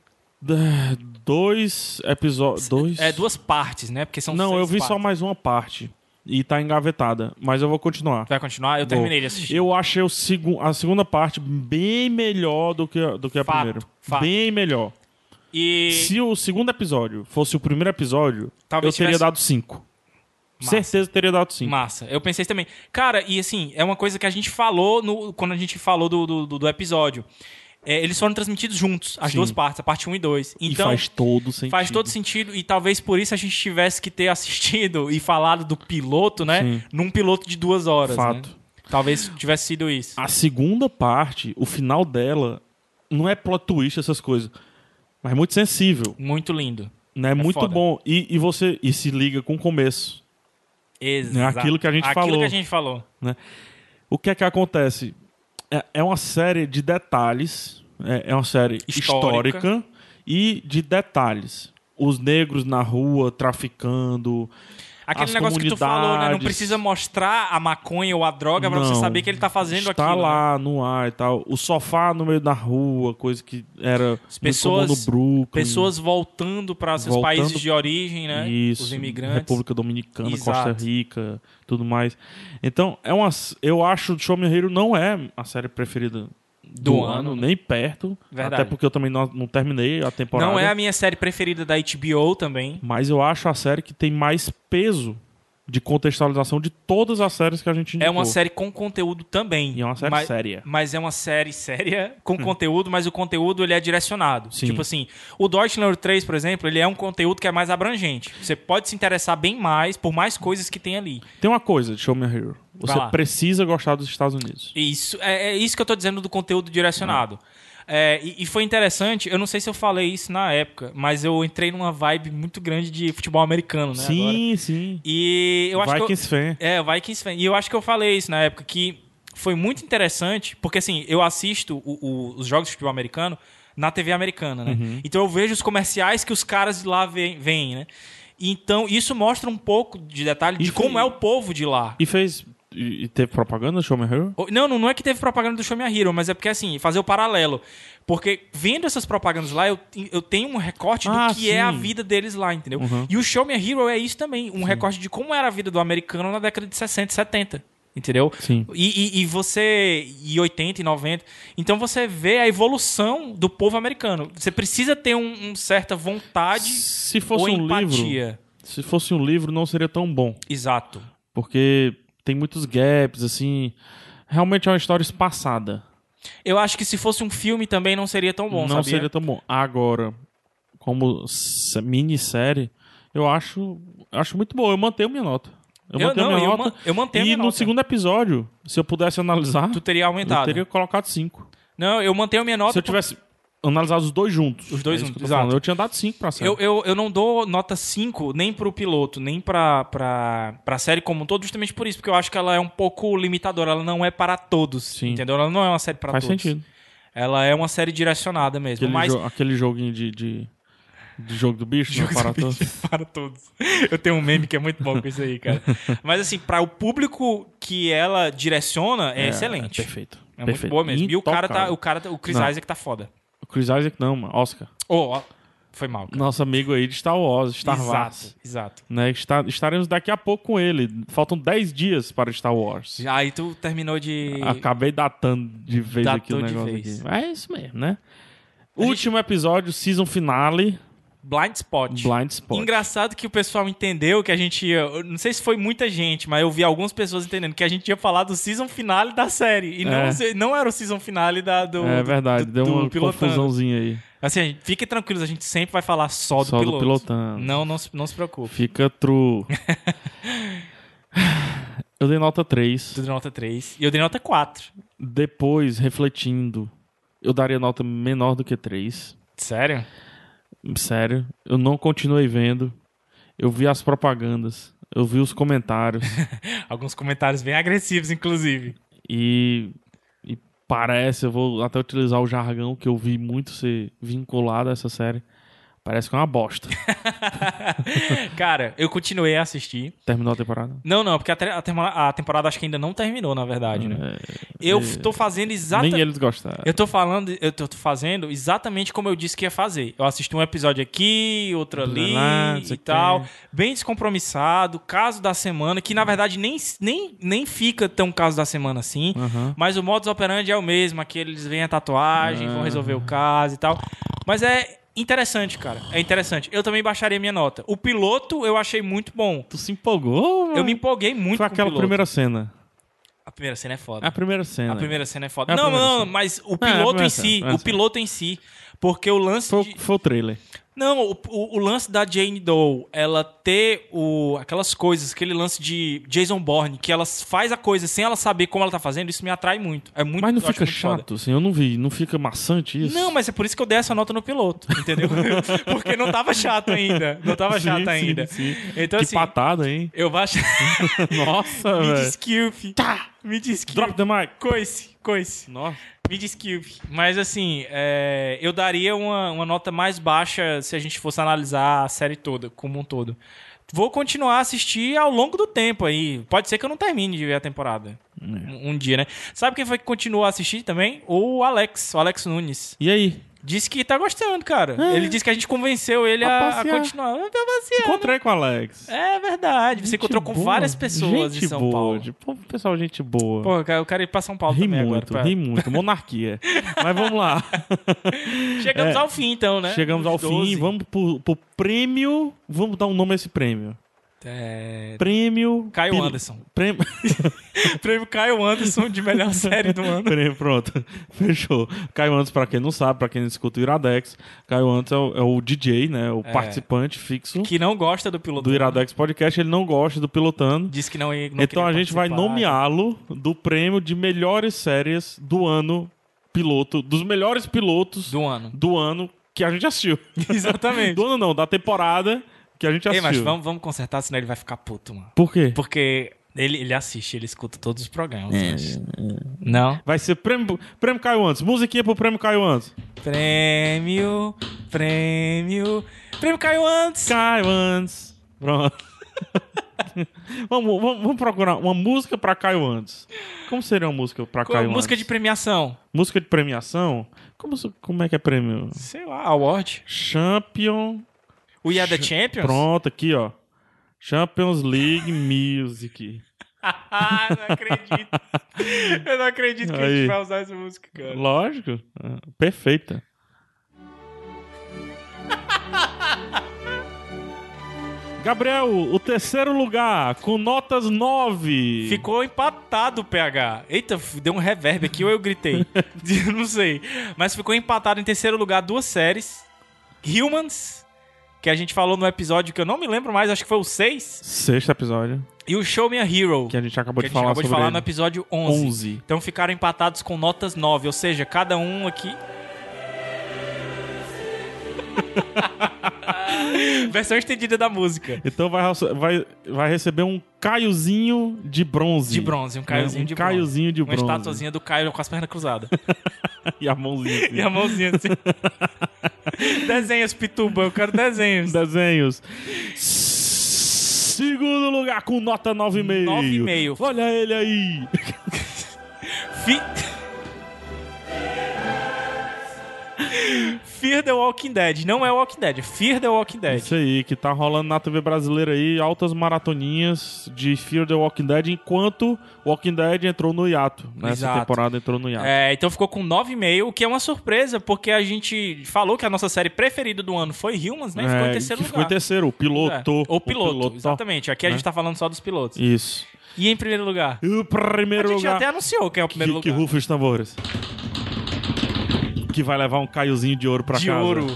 S1: eh, dois episódios. Dois?
S2: É duas partes, né? Porque são
S1: Não,
S2: seis
S1: eu vi só
S2: partes.
S1: mais uma parte. E tá engavetada. Mas eu vou continuar.
S2: Vai continuar? Eu
S1: Vou.
S2: terminei de assistir.
S1: Eu achei o segu- a segunda parte bem melhor do que a, do que a
S2: Fato,
S1: primeira.
S2: fato.
S1: Bem melhor.
S2: E...
S1: Se o segundo episódio fosse o primeiro episódio,
S2: Talvez
S1: eu teria
S2: tivesse-
S1: dado cinco.
S2: Massa.
S1: Certeza eu teria dado cinco.
S2: Massa. Eu pensei isso também. Cara, e assim, é uma coisa que a gente falou no, quando a gente falou do, do, do- do episódio. É, eles foram transmitidos juntos, as
S1: Sim.
S2: duas partes, a parte 1 e 2.
S1: E
S2: Então,
S1: faz todo sentido.
S2: faz todo sentido e talvez por isso a gente tivesse que ter assistido e falado do piloto, né?
S1: Sim.
S2: Num piloto de duas horas.
S1: Fato.
S2: né? Talvez tivesse sido isso.
S1: A segunda parte, o final dela, não é plot twist, essas coisas. Mas é muito sensível.
S2: Muito lindo.
S1: Né? muito
S2: É foda.
S1: bom. E, e você. E se liga com o começo.
S2: Exato.
S1: Né, aquilo que a gente
S2: Aquilo
S1: falou.
S2: que a gente falou.
S1: O que é que acontece? É, é uma série de detalhes. É, é uma série
S2: Histórica.
S1: histórica. e de detalhes. Os negros na rua traficando.
S2: Aquele
S1: as
S2: negócio que tu falou, né? Não
S1: comunidades.
S2: precisa mostrar a maconha ou a droga pra você
S1: Não.
S2: saber que ele tá fazendo
S1: Está
S2: aquilo. né?
S1: lá no ar e tal. O sofá no meio da rua, coisa que era muito comum
S2: As pessoas-
S1: no Brooklyn.
S2: Pessoas voltando para seus
S1: Voltando-
S2: países de origem, né?
S1: Isso.
S2: Os imigrantes.
S1: República Dominicana,
S2: Exato.
S1: Costa Rica, tudo mais. Então, é uma, eu acho Show Me Hero não é a série preferida do, ano,
S2: ano, né?
S1: nem perto.
S2: Verdade.
S1: Até porque eu também não, não terminei a temporada.
S2: Não é a minha série preferida da HBO também.
S1: Mas eu acho a série que tem mais peso de contextualização de todas as séries que a gente
S2: É
S1: indicou.
S2: uma série com conteúdo também.
S1: E é uma série
S2: mas,
S1: séria.
S2: Mas é uma série séria com conteúdo, mas o conteúdo ele é direcionado.
S1: Sim.
S2: Tipo assim, o Deutschland 3, por exemplo, ele é um conteúdo que é mais abrangente. Você pode se interessar bem mais por mais coisas que tem ali.
S1: Tem uma coisa de Show Me Hero. Você
S2: Vai lá.
S1: precisa gostar dos Estados Unidos.
S2: Isso, é, é isso que eu tô dizendo do conteúdo direcionado.
S1: Ah.
S2: É, e, e foi interessante, eu não sei se eu falei isso na época, mas eu entrei numa vibe muito grande de futebol americano, né? agora.
S1: sim, sim.
S2: E eu acho que. eu-
S1: Vikings fan.
S2: é, Vikings fan. E eu acho que eu falei isso na época, que foi muito interessante, porque assim, eu assisto o- o- os jogos de futebol americano na TV americana, né?
S1: Uhum.
S2: Então eu vejo os comerciais que os caras de lá veem, veem, né? Então isso mostra um pouco de detalhe de
S1: E foi-
S2: como é o povo de lá.
S1: E fez... E e teve propaganda Show Me Hero?
S2: Ou- Não, não, não é que teve propaganda do Show Me a Hero, mas é porque, assim, fazer o paralelo. Porque vendo essas propagandas lá, eu, eu tenho um recorte
S1: Ah,
S2: do que é a
S1: sim.
S2: vida deles lá, entendeu?
S1: Uhum.
S2: E o Show Me a Hero é isso também, um recorte de como era a vida do americano na década de 60 e 70, entendeu?
S1: Sim.
S2: E, e- e você. E 80 e 90. Então você vê a evolução do povo americano. Você precisa ter uma certa vontade
S1: Se
S2: ou
S1: fosse um livro...
S2: empatia.
S1: Se fosse um livro, não seria tão bom.
S2: Exato.
S1: Porque tem muitos gaps, assim. Realmente é uma história espaçada.
S2: Eu acho que se fosse um filme também não seria tão bom,
S1: não
S2: sabia?
S1: seria tão bom. Agora, como s- minissérie, eu acho, acho muito bom. Eu mantenho minha nota. Eu,
S2: Eu-
S1: mantenho
S2: não,
S1: minha
S2: eu
S1: nota.
S2: man- eu mantenho
S1: E
S2: minha
S1: no
S2: nota.
S1: segundo episódio, se eu pudesse analisar,
S2: Tu teria
S1: eu
S2: aumentado.
S1: teria colocado cinco.
S2: Não, eu mantenho minha nota.
S1: Se eu tivesse analisar os dois juntos. é
S2: Os dois
S1: isso
S2: juntos,
S1: que eu tô falando.
S2: exato.
S1: Eu tinha dado 5 pra série.
S2: Eu, eu, eu não dou nota 5 nem pro piloto, nem pra, pra, pra série como um todo, justamente por isso, porque eu acho que ela é um pouco limitadora, ela não é para todos,
S1: Sim.
S2: entendeu? Ela não é uma série para
S1: Faz
S2: todos.
S1: sentido.
S2: Ela é uma série direcionada mesmo,
S1: Aquele,
S2: mas
S1: jo- aquele joguinho de, de, de jogo do bicho,
S2: Jogo
S1: não
S2: do
S1: para
S2: bicho.
S1: todos.
S2: para todos. Eu tenho um meme que é muito bom com isso aí, cara. Mas assim, para o público que ela direciona, é, excelente.
S1: É perfeito.
S2: É muito
S1: perfeito.
S2: boa mesmo. E o cara tá,
S1: Intocável.
S2: o cara tá- o Chris
S1: Não.
S2: Isaac tá foda.
S1: O Chris Isaac não, mano. Oscar.
S2: Oh, ó, foi mal. Cara.
S1: Nosso amigo aí de Star Wars, Star Wars.
S2: Exato, exato.
S1: Né? Está- estaremos daqui a pouco com ele. Faltam 10 dias para Star Wars.
S2: Aí tu terminou de
S1: Acabei datando de vez aqui
S2: Datou
S1: o
S2: de
S1: negócio.
S2: vez.
S1: aqui. É isso mesmo, né?
S2: A gente-
S1: Último episódio, season finale,
S2: blind spot.
S1: Blind Spot.
S2: Engraçado que o pessoal entendeu que a gente ia. eu Não sei se foi muita gente, mas eu vi algumas pessoas entendendo que a gente ia falar do season finale da série. E não,
S1: É.
S2: se- não era o season finale da, do.
S1: é verdade,
S2: do-
S1: deu
S2: do
S1: uma
S2: pilotando.
S1: confusãozinha aí.
S2: Assim, a gente- fiquem tranquilos, a gente sempre vai falar só do
S1: Só
S2: piloto.
S1: do pilotando.
S2: Não, não se, não se preocupe.
S1: Fica true. Eu dei nota 3.
S2: Tu deu nota 3. E eu dei nota 4.
S1: Depois, refletindo, eu daria nota menor do que 3.
S2: Sério?
S1: Sério. Eu não continuei vendo. Eu vi as propagandas. Eu vi os comentários.
S2: Alguns comentários bem agressivos, inclusive.
S1: e, e parece, eu vou até utilizar o jargão que eu vi muito ser vinculado a essa série. Parece que é uma bosta.
S2: Cara, eu continuei a assistir.
S1: Terminou a temporada.
S2: Não, não, porque a, tre- a temporada, a temporada acho que ainda não terminou, na verdade,
S1: É,
S2: né? eu f- tô fazendo
S1: Nem
S2: exatamente.
S1: eles gostaram.
S2: Eu tô falando, eu tô tô fazendo exatamente como eu disse que ia fazer. Eu assisti um episódio aqui, outro
S1: Outro
S2: ali
S1: lá, não sei
S2: e
S1: o quê.
S2: tal. Bem descompromissado, caso da semana, que na verdade nem, nem, nem fica tão caso da semana assim.
S1: Aham.
S2: Mas o modus operandi é o mesmo, aqui eles veem a tatuagem, vão resolver
S1: Ah.
S2: o caso e tal. Mas é interessante, cara. É interessante. Eu também baixaria minha nota. O piloto eu achei muito bom.
S1: Tu se empolgou?
S2: Eu me empolguei muito
S1: Hum. Foi
S2: com o
S1: aquela
S2: piloto.
S1: primeira cena.
S2: A primeira cena é foda.
S1: A primeira cena.
S2: A primeira cena é
S1: É
S2: foda.
S1: a
S2: não,
S1: primeira
S2: não,
S1: cena.
S2: mas
S1: É,
S2: o
S1: a
S2: piloto em
S1: primeira cena,
S2: si,
S1: primeira
S2: o piloto em si, porque o lance
S1: Foi,
S2: de-
S1: o- foi o trailer.
S2: não, o, o- o lance da Jane Doe, ela ter o, aquelas coisas, aquele lance de Jason Bourne, que ela faz a coisa sem ela saber como ela tá fazendo, isso me atrai muito. É muito
S1: Mas não
S2: eu acho
S1: fica
S2: muito foda.
S1: chato, assim, eu não vi. Não fica maçante isso?
S2: Não, mas é por isso que eu dei essa nota no piloto, entendeu? Porque não tava chato ainda. Não tava
S1: Sim,
S2: chato
S1: sim,
S2: ainda.
S1: sim.
S2: Então,
S1: que
S2: assim,
S1: patada, hein?
S2: eu baixo.
S1: Nossa,
S2: Me
S1: É, velho. Tá!
S2: desculpe. Me desculpe.
S1: Drop the mic.
S2: Coice, coice.
S1: Nossa.
S2: Me desculpe. Mas assim, é, eu daria uma, uma nota mais baixa se a gente fosse analisar a série toda, como um todo. Vou continuar a assistir ao longo do tempo aí. Pode ser que eu não termine de ver a temporada.
S1: É.
S2: Um, um dia, né? Sabe quem foi que continuou a assistir também? O Alex, o Alex Nunes.
S1: E aí?
S2: Disse que tá gostando, cara.
S1: É.
S2: Ele disse que a gente convenceu ele
S1: A
S2: a, a
S1: passear.
S2: continuar. Eu tava assim,
S1: Encontrei com o Alex.
S2: É verdade. Você
S1: Gente
S2: encontrou com
S1: boa.
S2: várias pessoas
S1: gente
S2: de São
S1: boa.
S2: Paulo.
S1: de- pô, pessoal, gente boa.
S2: Pô, eu quero- eu quero ir pra São Paulo
S1: ri
S2: também
S1: muito,
S2: agora. pra-
S1: ri muito. Monarquia. Mas vamos lá.
S2: Chegamos
S1: É.
S2: ao fim, então, né?
S1: Chegamos ao
S2: Os 12.
S1: fim. Vamos pro, pro prêmio. Vamos dar um nome a esse prêmio.
S2: É...
S1: Prêmio.
S2: Caio
S1: Pil-
S2: Anderson.
S1: Prêmio.
S2: Prêmio Caio Anderson de melhor série do ano.
S1: Peraí, pronto. Fechou. Caio Antes, pra quem não sabe, pra quem não escuta o Iradex, Caio Antes é o, é o DJ, né? O
S2: É.
S1: participante fixo
S2: Que não gosta do piloto.
S1: do Iradex Podcast. Ele não gosta do Pilotando.
S2: Diz que não, ia- não
S1: Então a
S2: queria
S1: gente vai
S2: participar.
S1: nomeá-lo do prêmio de melhores séries do ano piloto, dos melhores pilotos do,
S2: Do ano.
S1: ano que a gente assistiu.
S2: Exatamente.
S1: Do ano não, da temporada que a gente
S2: Ei,
S1: assistiu.
S2: mas vamos, vamos consertar, senão ele vai ficar puto, mano.
S1: Por quê?
S2: Porque ele, ele assiste, ele escuta todos os programas.
S1: É,
S2: mas- Não?
S1: Vai ser prêmio, prêmio Caio Antes. Musiquinha pro prêmio Caio Antes.
S2: Prêmio, prêmio, prêmio Caio Anderson.
S1: Caio Antes. Pronto. vamos, vamos, vamos procurar uma música pra Caio Antes. Como seria uma música pra Caio
S2: Música de
S1: Antes?
S2: premiação.
S1: Música de premiação? Como, se- como é que é prêmio?
S2: Sei lá, award.
S1: Champion.
S2: We Are The Champions?
S1: Pronto, aqui, ó. Champions League Music.
S2: Ah, não acredito. Eu não acredito que a gente
S1: Aí.
S2: vai usar essa música, cara.
S1: Lógico. Ah, Perfeita. Gabriel, o terceiro lugar, com notas 9.
S2: Ficou empatado o PH. Eita, f- deu um reverb aqui ou eu gritei? Eu não sei. Mas ficou empatado em terceiro lugar duas séries. Humans, que a gente falou no episódio que eu não me lembro mais, acho que foi o 6.
S1: Sexto episódio,
S2: E o Show Me a Hero,
S1: que
S2: que
S1: a gente acabou
S2: a gente
S1: de falar
S2: acabou de
S1: sobre
S2: falar
S1: ele.
S2: no episódio 11.
S1: 11.
S2: Então ficaram empatados com notas 9, ou seja, cada um aqui Versão estendida da música.
S1: Então vai, vai, vai receber um caiozinho de bronze.
S2: De bronze, um caiozinho
S1: um
S2: de bronze.
S1: caiozinho de
S2: Uma
S1: bronze.
S2: estatuazinha do Caio com as pernas cruzadas.
S1: E a mãozinha. assim.
S2: e a mãozinha assim. desenhos, Pituba, eu quero desenhos.
S1: Desenhos. Segundo lugar com nota 9,5.
S2: 9,5.
S1: Olha ele aí.
S2: Fi... Fear the Walking Dead. Não é Walking Dead, é Fear the Walking Dead.
S1: Isso aí, que tá rolando na TV brasileira aí, altas maratoninhas de Fear the Walking Dead, enquanto Walking Dead entrou no hiato. Né? Essa
S2: Exato.
S1: temporada entrou no hiato.
S2: É, então ficou com 9,5, o que é uma surpresa, porque a gente falou que a nossa série preferida do ano foi Humans, né? Ficou em
S1: É,
S2: terceiro
S1: que
S2: lugar.
S1: Ficou em terceiro, o piloto. É.
S2: É, O piloto, exatamente. Aqui a gente tá falando só dos pilotos.
S1: Isso.
S2: E em primeiro lugar?
S1: E o primeiro
S2: a gente
S1: lugar.
S2: até anunciou que é o primeiro
S1: que, que
S2: lugar.
S1: rufa os tambores. Que vai levar um caiozinho de ouro pra
S2: de
S1: casa.
S2: ouro.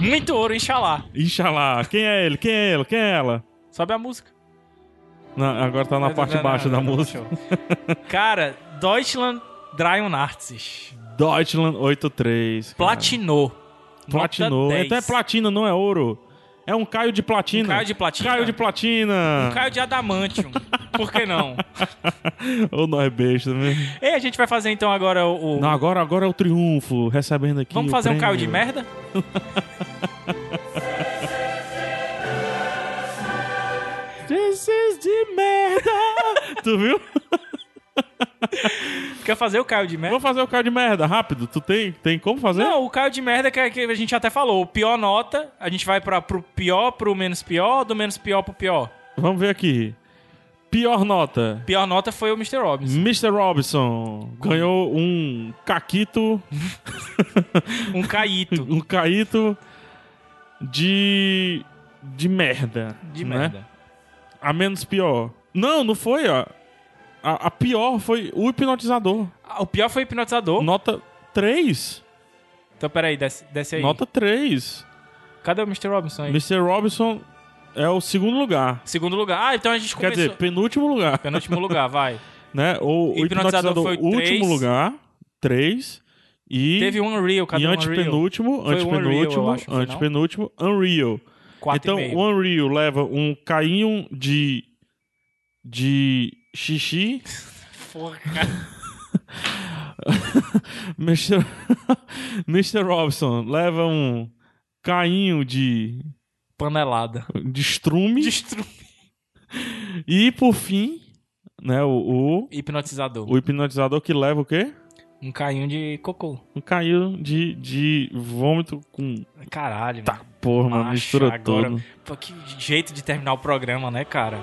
S2: Muito ouro, inxalá.
S1: Inxalá. Quem é ele? Quem é ele? Quem é ela?
S2: Sobe a música.
S1: Na- agora tá na
S2: Não,
S1: parte
S2: não, não,
S1: baixa
S2: não,
S1: da
S2: não,
S1: música.
S2: não. Cara, Deutschland Dryon Arts
S1: Deutschland 83. cara.
S2: platinou.
S1: Platinou.
S2: Nota 10.
S1: Então é platina, não é ouro. É um caio de platina.
S2: Um caio de platina? Um
S1: Caio de platina.
S2: Caio de Adamantium. Por que não?
S1: Ou nós é besta, né?
S2: E a gente vai fazer então agora o. o-
S1: Não, agora, agora é o triunfo, recebendo aqui.
S2: Vamos
S1: o
S2: fazer um
S1: prêmio.
S2: Caio de merda?
S1: This is de merda. tu viu?
S2: Quer fazer o Caio de merda?
S1: Vamos fazer o caio de merda, rápido. Tu tem, tem como fazer?
S2: Não, o Caio de merda que, que a gente até falou. O pior nota, a gente vai pra, pro pior, pro menos pior, do menos pior pro pior.
S1: Vamos ver aqui. Pior nota.
S2: Pior nota foi o Mr. Robbins.
S1: Mr. Robinson ganhou um caquito,
S2: Um caíto.
S1: um caíto de de merda,
S2: De
S1: né?
S2: merda.
S1: A menos pior. Não, não foi, ó. A, a pior foi o hipnotizador.
S2: Ah, O pior foi o hipnotizador.
S1: Nota 3.
S2: Então peraí, desce, desce aí.
S1: Nota 3.
S2: Cadê o Mr. Robinson aí?
S1: Mr. Robinson é o segundo lugar.
S2: Segundo lugar. Ah, então a gente
S1: Quer
S2: começou.
S1: dizer, penúltimo lugar,
S2: Penúltimo lugar, vai.
S1: né? O, o
S2: Hipnotizador
S1: hipnotizador,
S2: foi
S1: último
S2: três.
S1: lugar, 3 e
S2: Teve um Unreal, cadê
S1: e
S2: o Unreal?
S1: antepenúltimo,
S2: Foi o Unreal, eu
S1: antepenúltimo,
S2: acho, no final.
S1: antepenúltimo, Unreal.
S2: Quatro e
S1: Então,
S2: meio.
S1: o Unreal leva um cainho de de xixi,
S2: Porra, cara.
S1: Mr. Mr. Robson leva um cainho de
S2: Panelada.
S1: de estrume
S2: Destru...
S1: e por fim, né, o, o
S2: Hipnotizador.
S1: o hipnotizador que leva o quê?
S2: Um cainho de cocô.
S1: Um cainho de, de vômito com.
S2: Caralho,
S1: Tá,
S2: mano.
S1: porra, mano,
S2: Acha
S1: mistura
S2: agora.
S1: tudo.
S2: Pô, que jeito de terminar o programa, né, cara?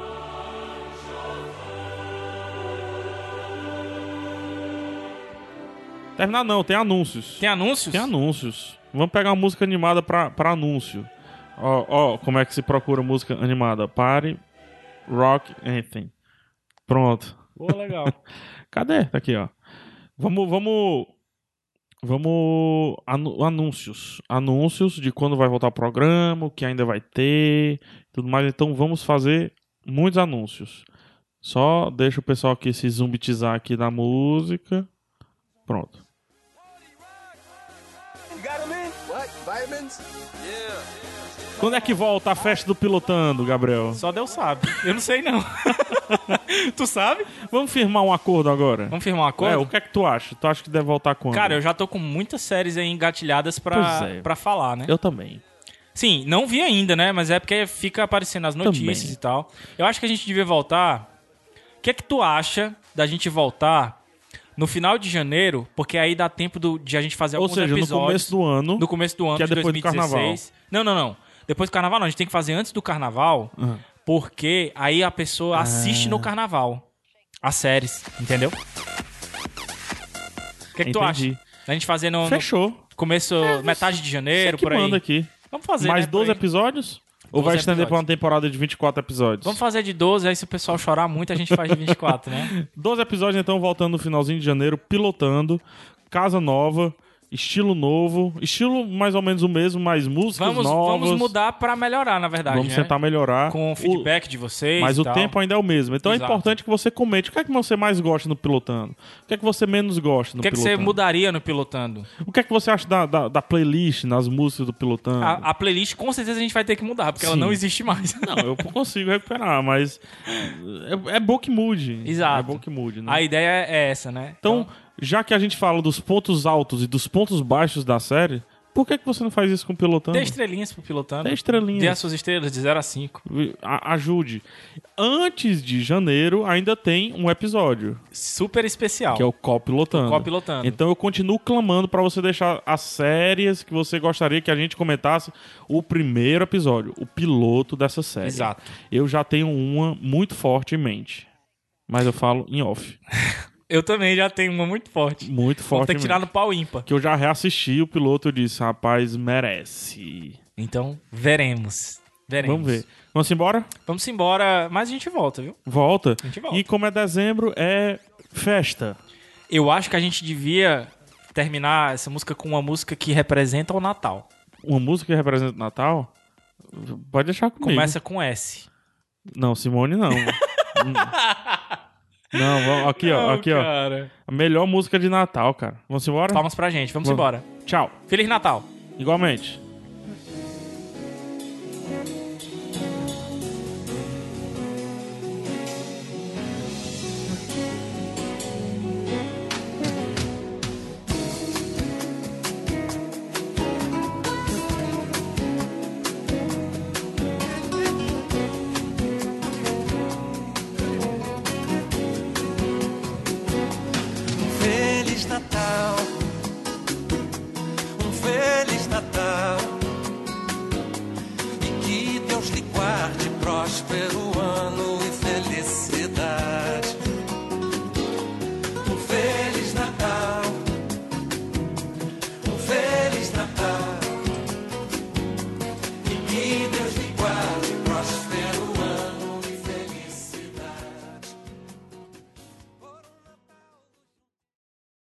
S1: Terminar não, tem anúncios.
S2: Tem anúncios?
S1: Tem anúncios. Vamos pegar uma música animada pra, pra anúncio. Ó, ó, como é que se procura música animada? Party, rock, anthem. Pronto.
S2: Pô, legal.
S1: Cadê? Tá aqui, ó. Vamos, vamos... Vamos... anu- anúncios. Anúncios de quando vai voltar o programa, o que ainda vai ter, tudo mais. Então vamos fazer muitos anúncios. Só deixa o pessoal aqui se zumbitizar aqui da música. Pronto.
S3: You got them in? What? Vitamins? Yeah.
S1: Quando é que volta a festa do Pilotando, Gabriel?
S2: Só Deus sabe. Eu não sei, não. tu sabe?
S1: Vamos firmar um acordo agora?
S2: Vamos firmar um
S1: É,
S2: acordo?
S1: o que é que tu acha? Tu acha que deve voltar quando?
S2: Cara, eu já tô com muitas séries aí engatilhadas pra,
S1: Pois é.
S2: pra falar, né?
S1: Eu também.
S2: Sim, não vi ainda, né? Mas é porque fica aparecendo as notícias
S1: Também.
S2: e tal. Eu acho que a gente devia voltar. O que é que tu acha da gente voltar no final de janeiro? Porque aí dá tempo do- de a gente fazer
S1: Ou
S2: alguns
S1: seja, no
S2: episódios.
S1: começo do ano.
S2: no começo do ano
S1: que é
S2: de
S1: depois do
S2: 2016. Não, não, não. Depois do carnaval, não. A gente tem que fazer antes do carnaval,
S1: Ah.
S2: porque aí a pessoa assiste no carnaval as séries, entendeu? O que, é que tu
S1: Entendi.
S2: acha? A gente fazer no, no
S1: Fechou.
S2: começo, metade de janeiro,
S1: Você que
S2: por aí.
S1: manda aqui.
S2: Vamos fazer,
S1: Mais
S2: né, por
S1: 12
S2: aí.
S1: episódios? Ou
S2: 12
S1: vai estender
S2: episódios.
S1: pra uma temporada de 24 episódios?
S2: Vamos fazer de 12, aí se o pessoal chorar muito, a gente faz de 24, né?
S1: 12 episódios, então, voltando no finalzinho de janeiro, pilotando. Casa nova. Estilo novo, estilo mais ou menos o mesmo, mas músicas
S2: Vamos,
S1: novas.
S2: vamos mudar pra melhorar, na verdade.
S1: Vamos
S2: né?
S1: tentar melhorar.
S2: Com o
S1: O-
S2: feedback de vocês.
S1: Mas
S2: e
S1: o
S2: tal.
S1: tempo ainda é o mesmo. Então
S2: Exato.
S1: é importante que você comente o que é que você mais gosta no pilotando. O que é que você menos gosta no
S2: O que, é que
S1: pilotando.
S2: você mudaria no pilotando?
S1: O que é que você acha da, da, da playlist nas músicas do pilotando?
S2: A, a playlist com certeza a gente vai ter que mudar, porque ela
S1: Ah. Sim.
S2: não existe mais.
S1: Não, eu consigo recuperar, mas é, é bom que mude.
S2: Exato.
S1: É bom que mude, né?
S2: A ideia é essa, né?
S1: Então, já que a gente fala dos pontos altos e dos pontos baixos da série, por que, que você não faz isso com o pilotando?
S2: dê estrelinhas pro pilotando.
S1: Dê estrelinhas.
S2: Dê as suas estrelas de 0 a 5.
S1: A- ajude. Antes de janeiro, ainda tem um episódio,
S2: Super especial.
S1: que é o Copilotando.
S2: Copilotando.
S1: Então eu continuo clamando pra você deixar as séries que você gostaria que a gente comentasse o primeiro episódio, o piloto dessa série.
S2: Exato.
S1: Eu já tenho uma muito forte em mente. Mas eu falo em off.
S2: Eu também já tenho uma muito forte.
S1: Muito
S2: Vamos
S1: forte.
S2: ter
S1: em
S2: que tirar
S1: mente.
S2: no pau ímpar.
S1: Que eu já reassisti o piloto e eu disse, rapaz, merece.
S2: Então, veremos. Veremos.
S1: Vamos ver. Vamos embora?
S2: Vamos embora, mas a gente volta, viu?
S1: Volta.
S2: gente volta.
S1: E como é dezembro, é festa.
S2: Eu acho que a gente devia terminar essa música com uma música que representa o Natal.
S1: Uma música que representa o Natal? Pode deixar comigo.
S2: Começa com S.
S1: Não, Simone não. Hum. não, vamos- aqui, ó. Aqui, ó.
S2: cara.
S1: A melhor música de Natal, cara. Vamos embora?
S2: Palmas pra gente, vamos
S1: Vamos.
S2: embora.
S1: Tchau.
S2: Feliz Natal!
S1: Igualmente.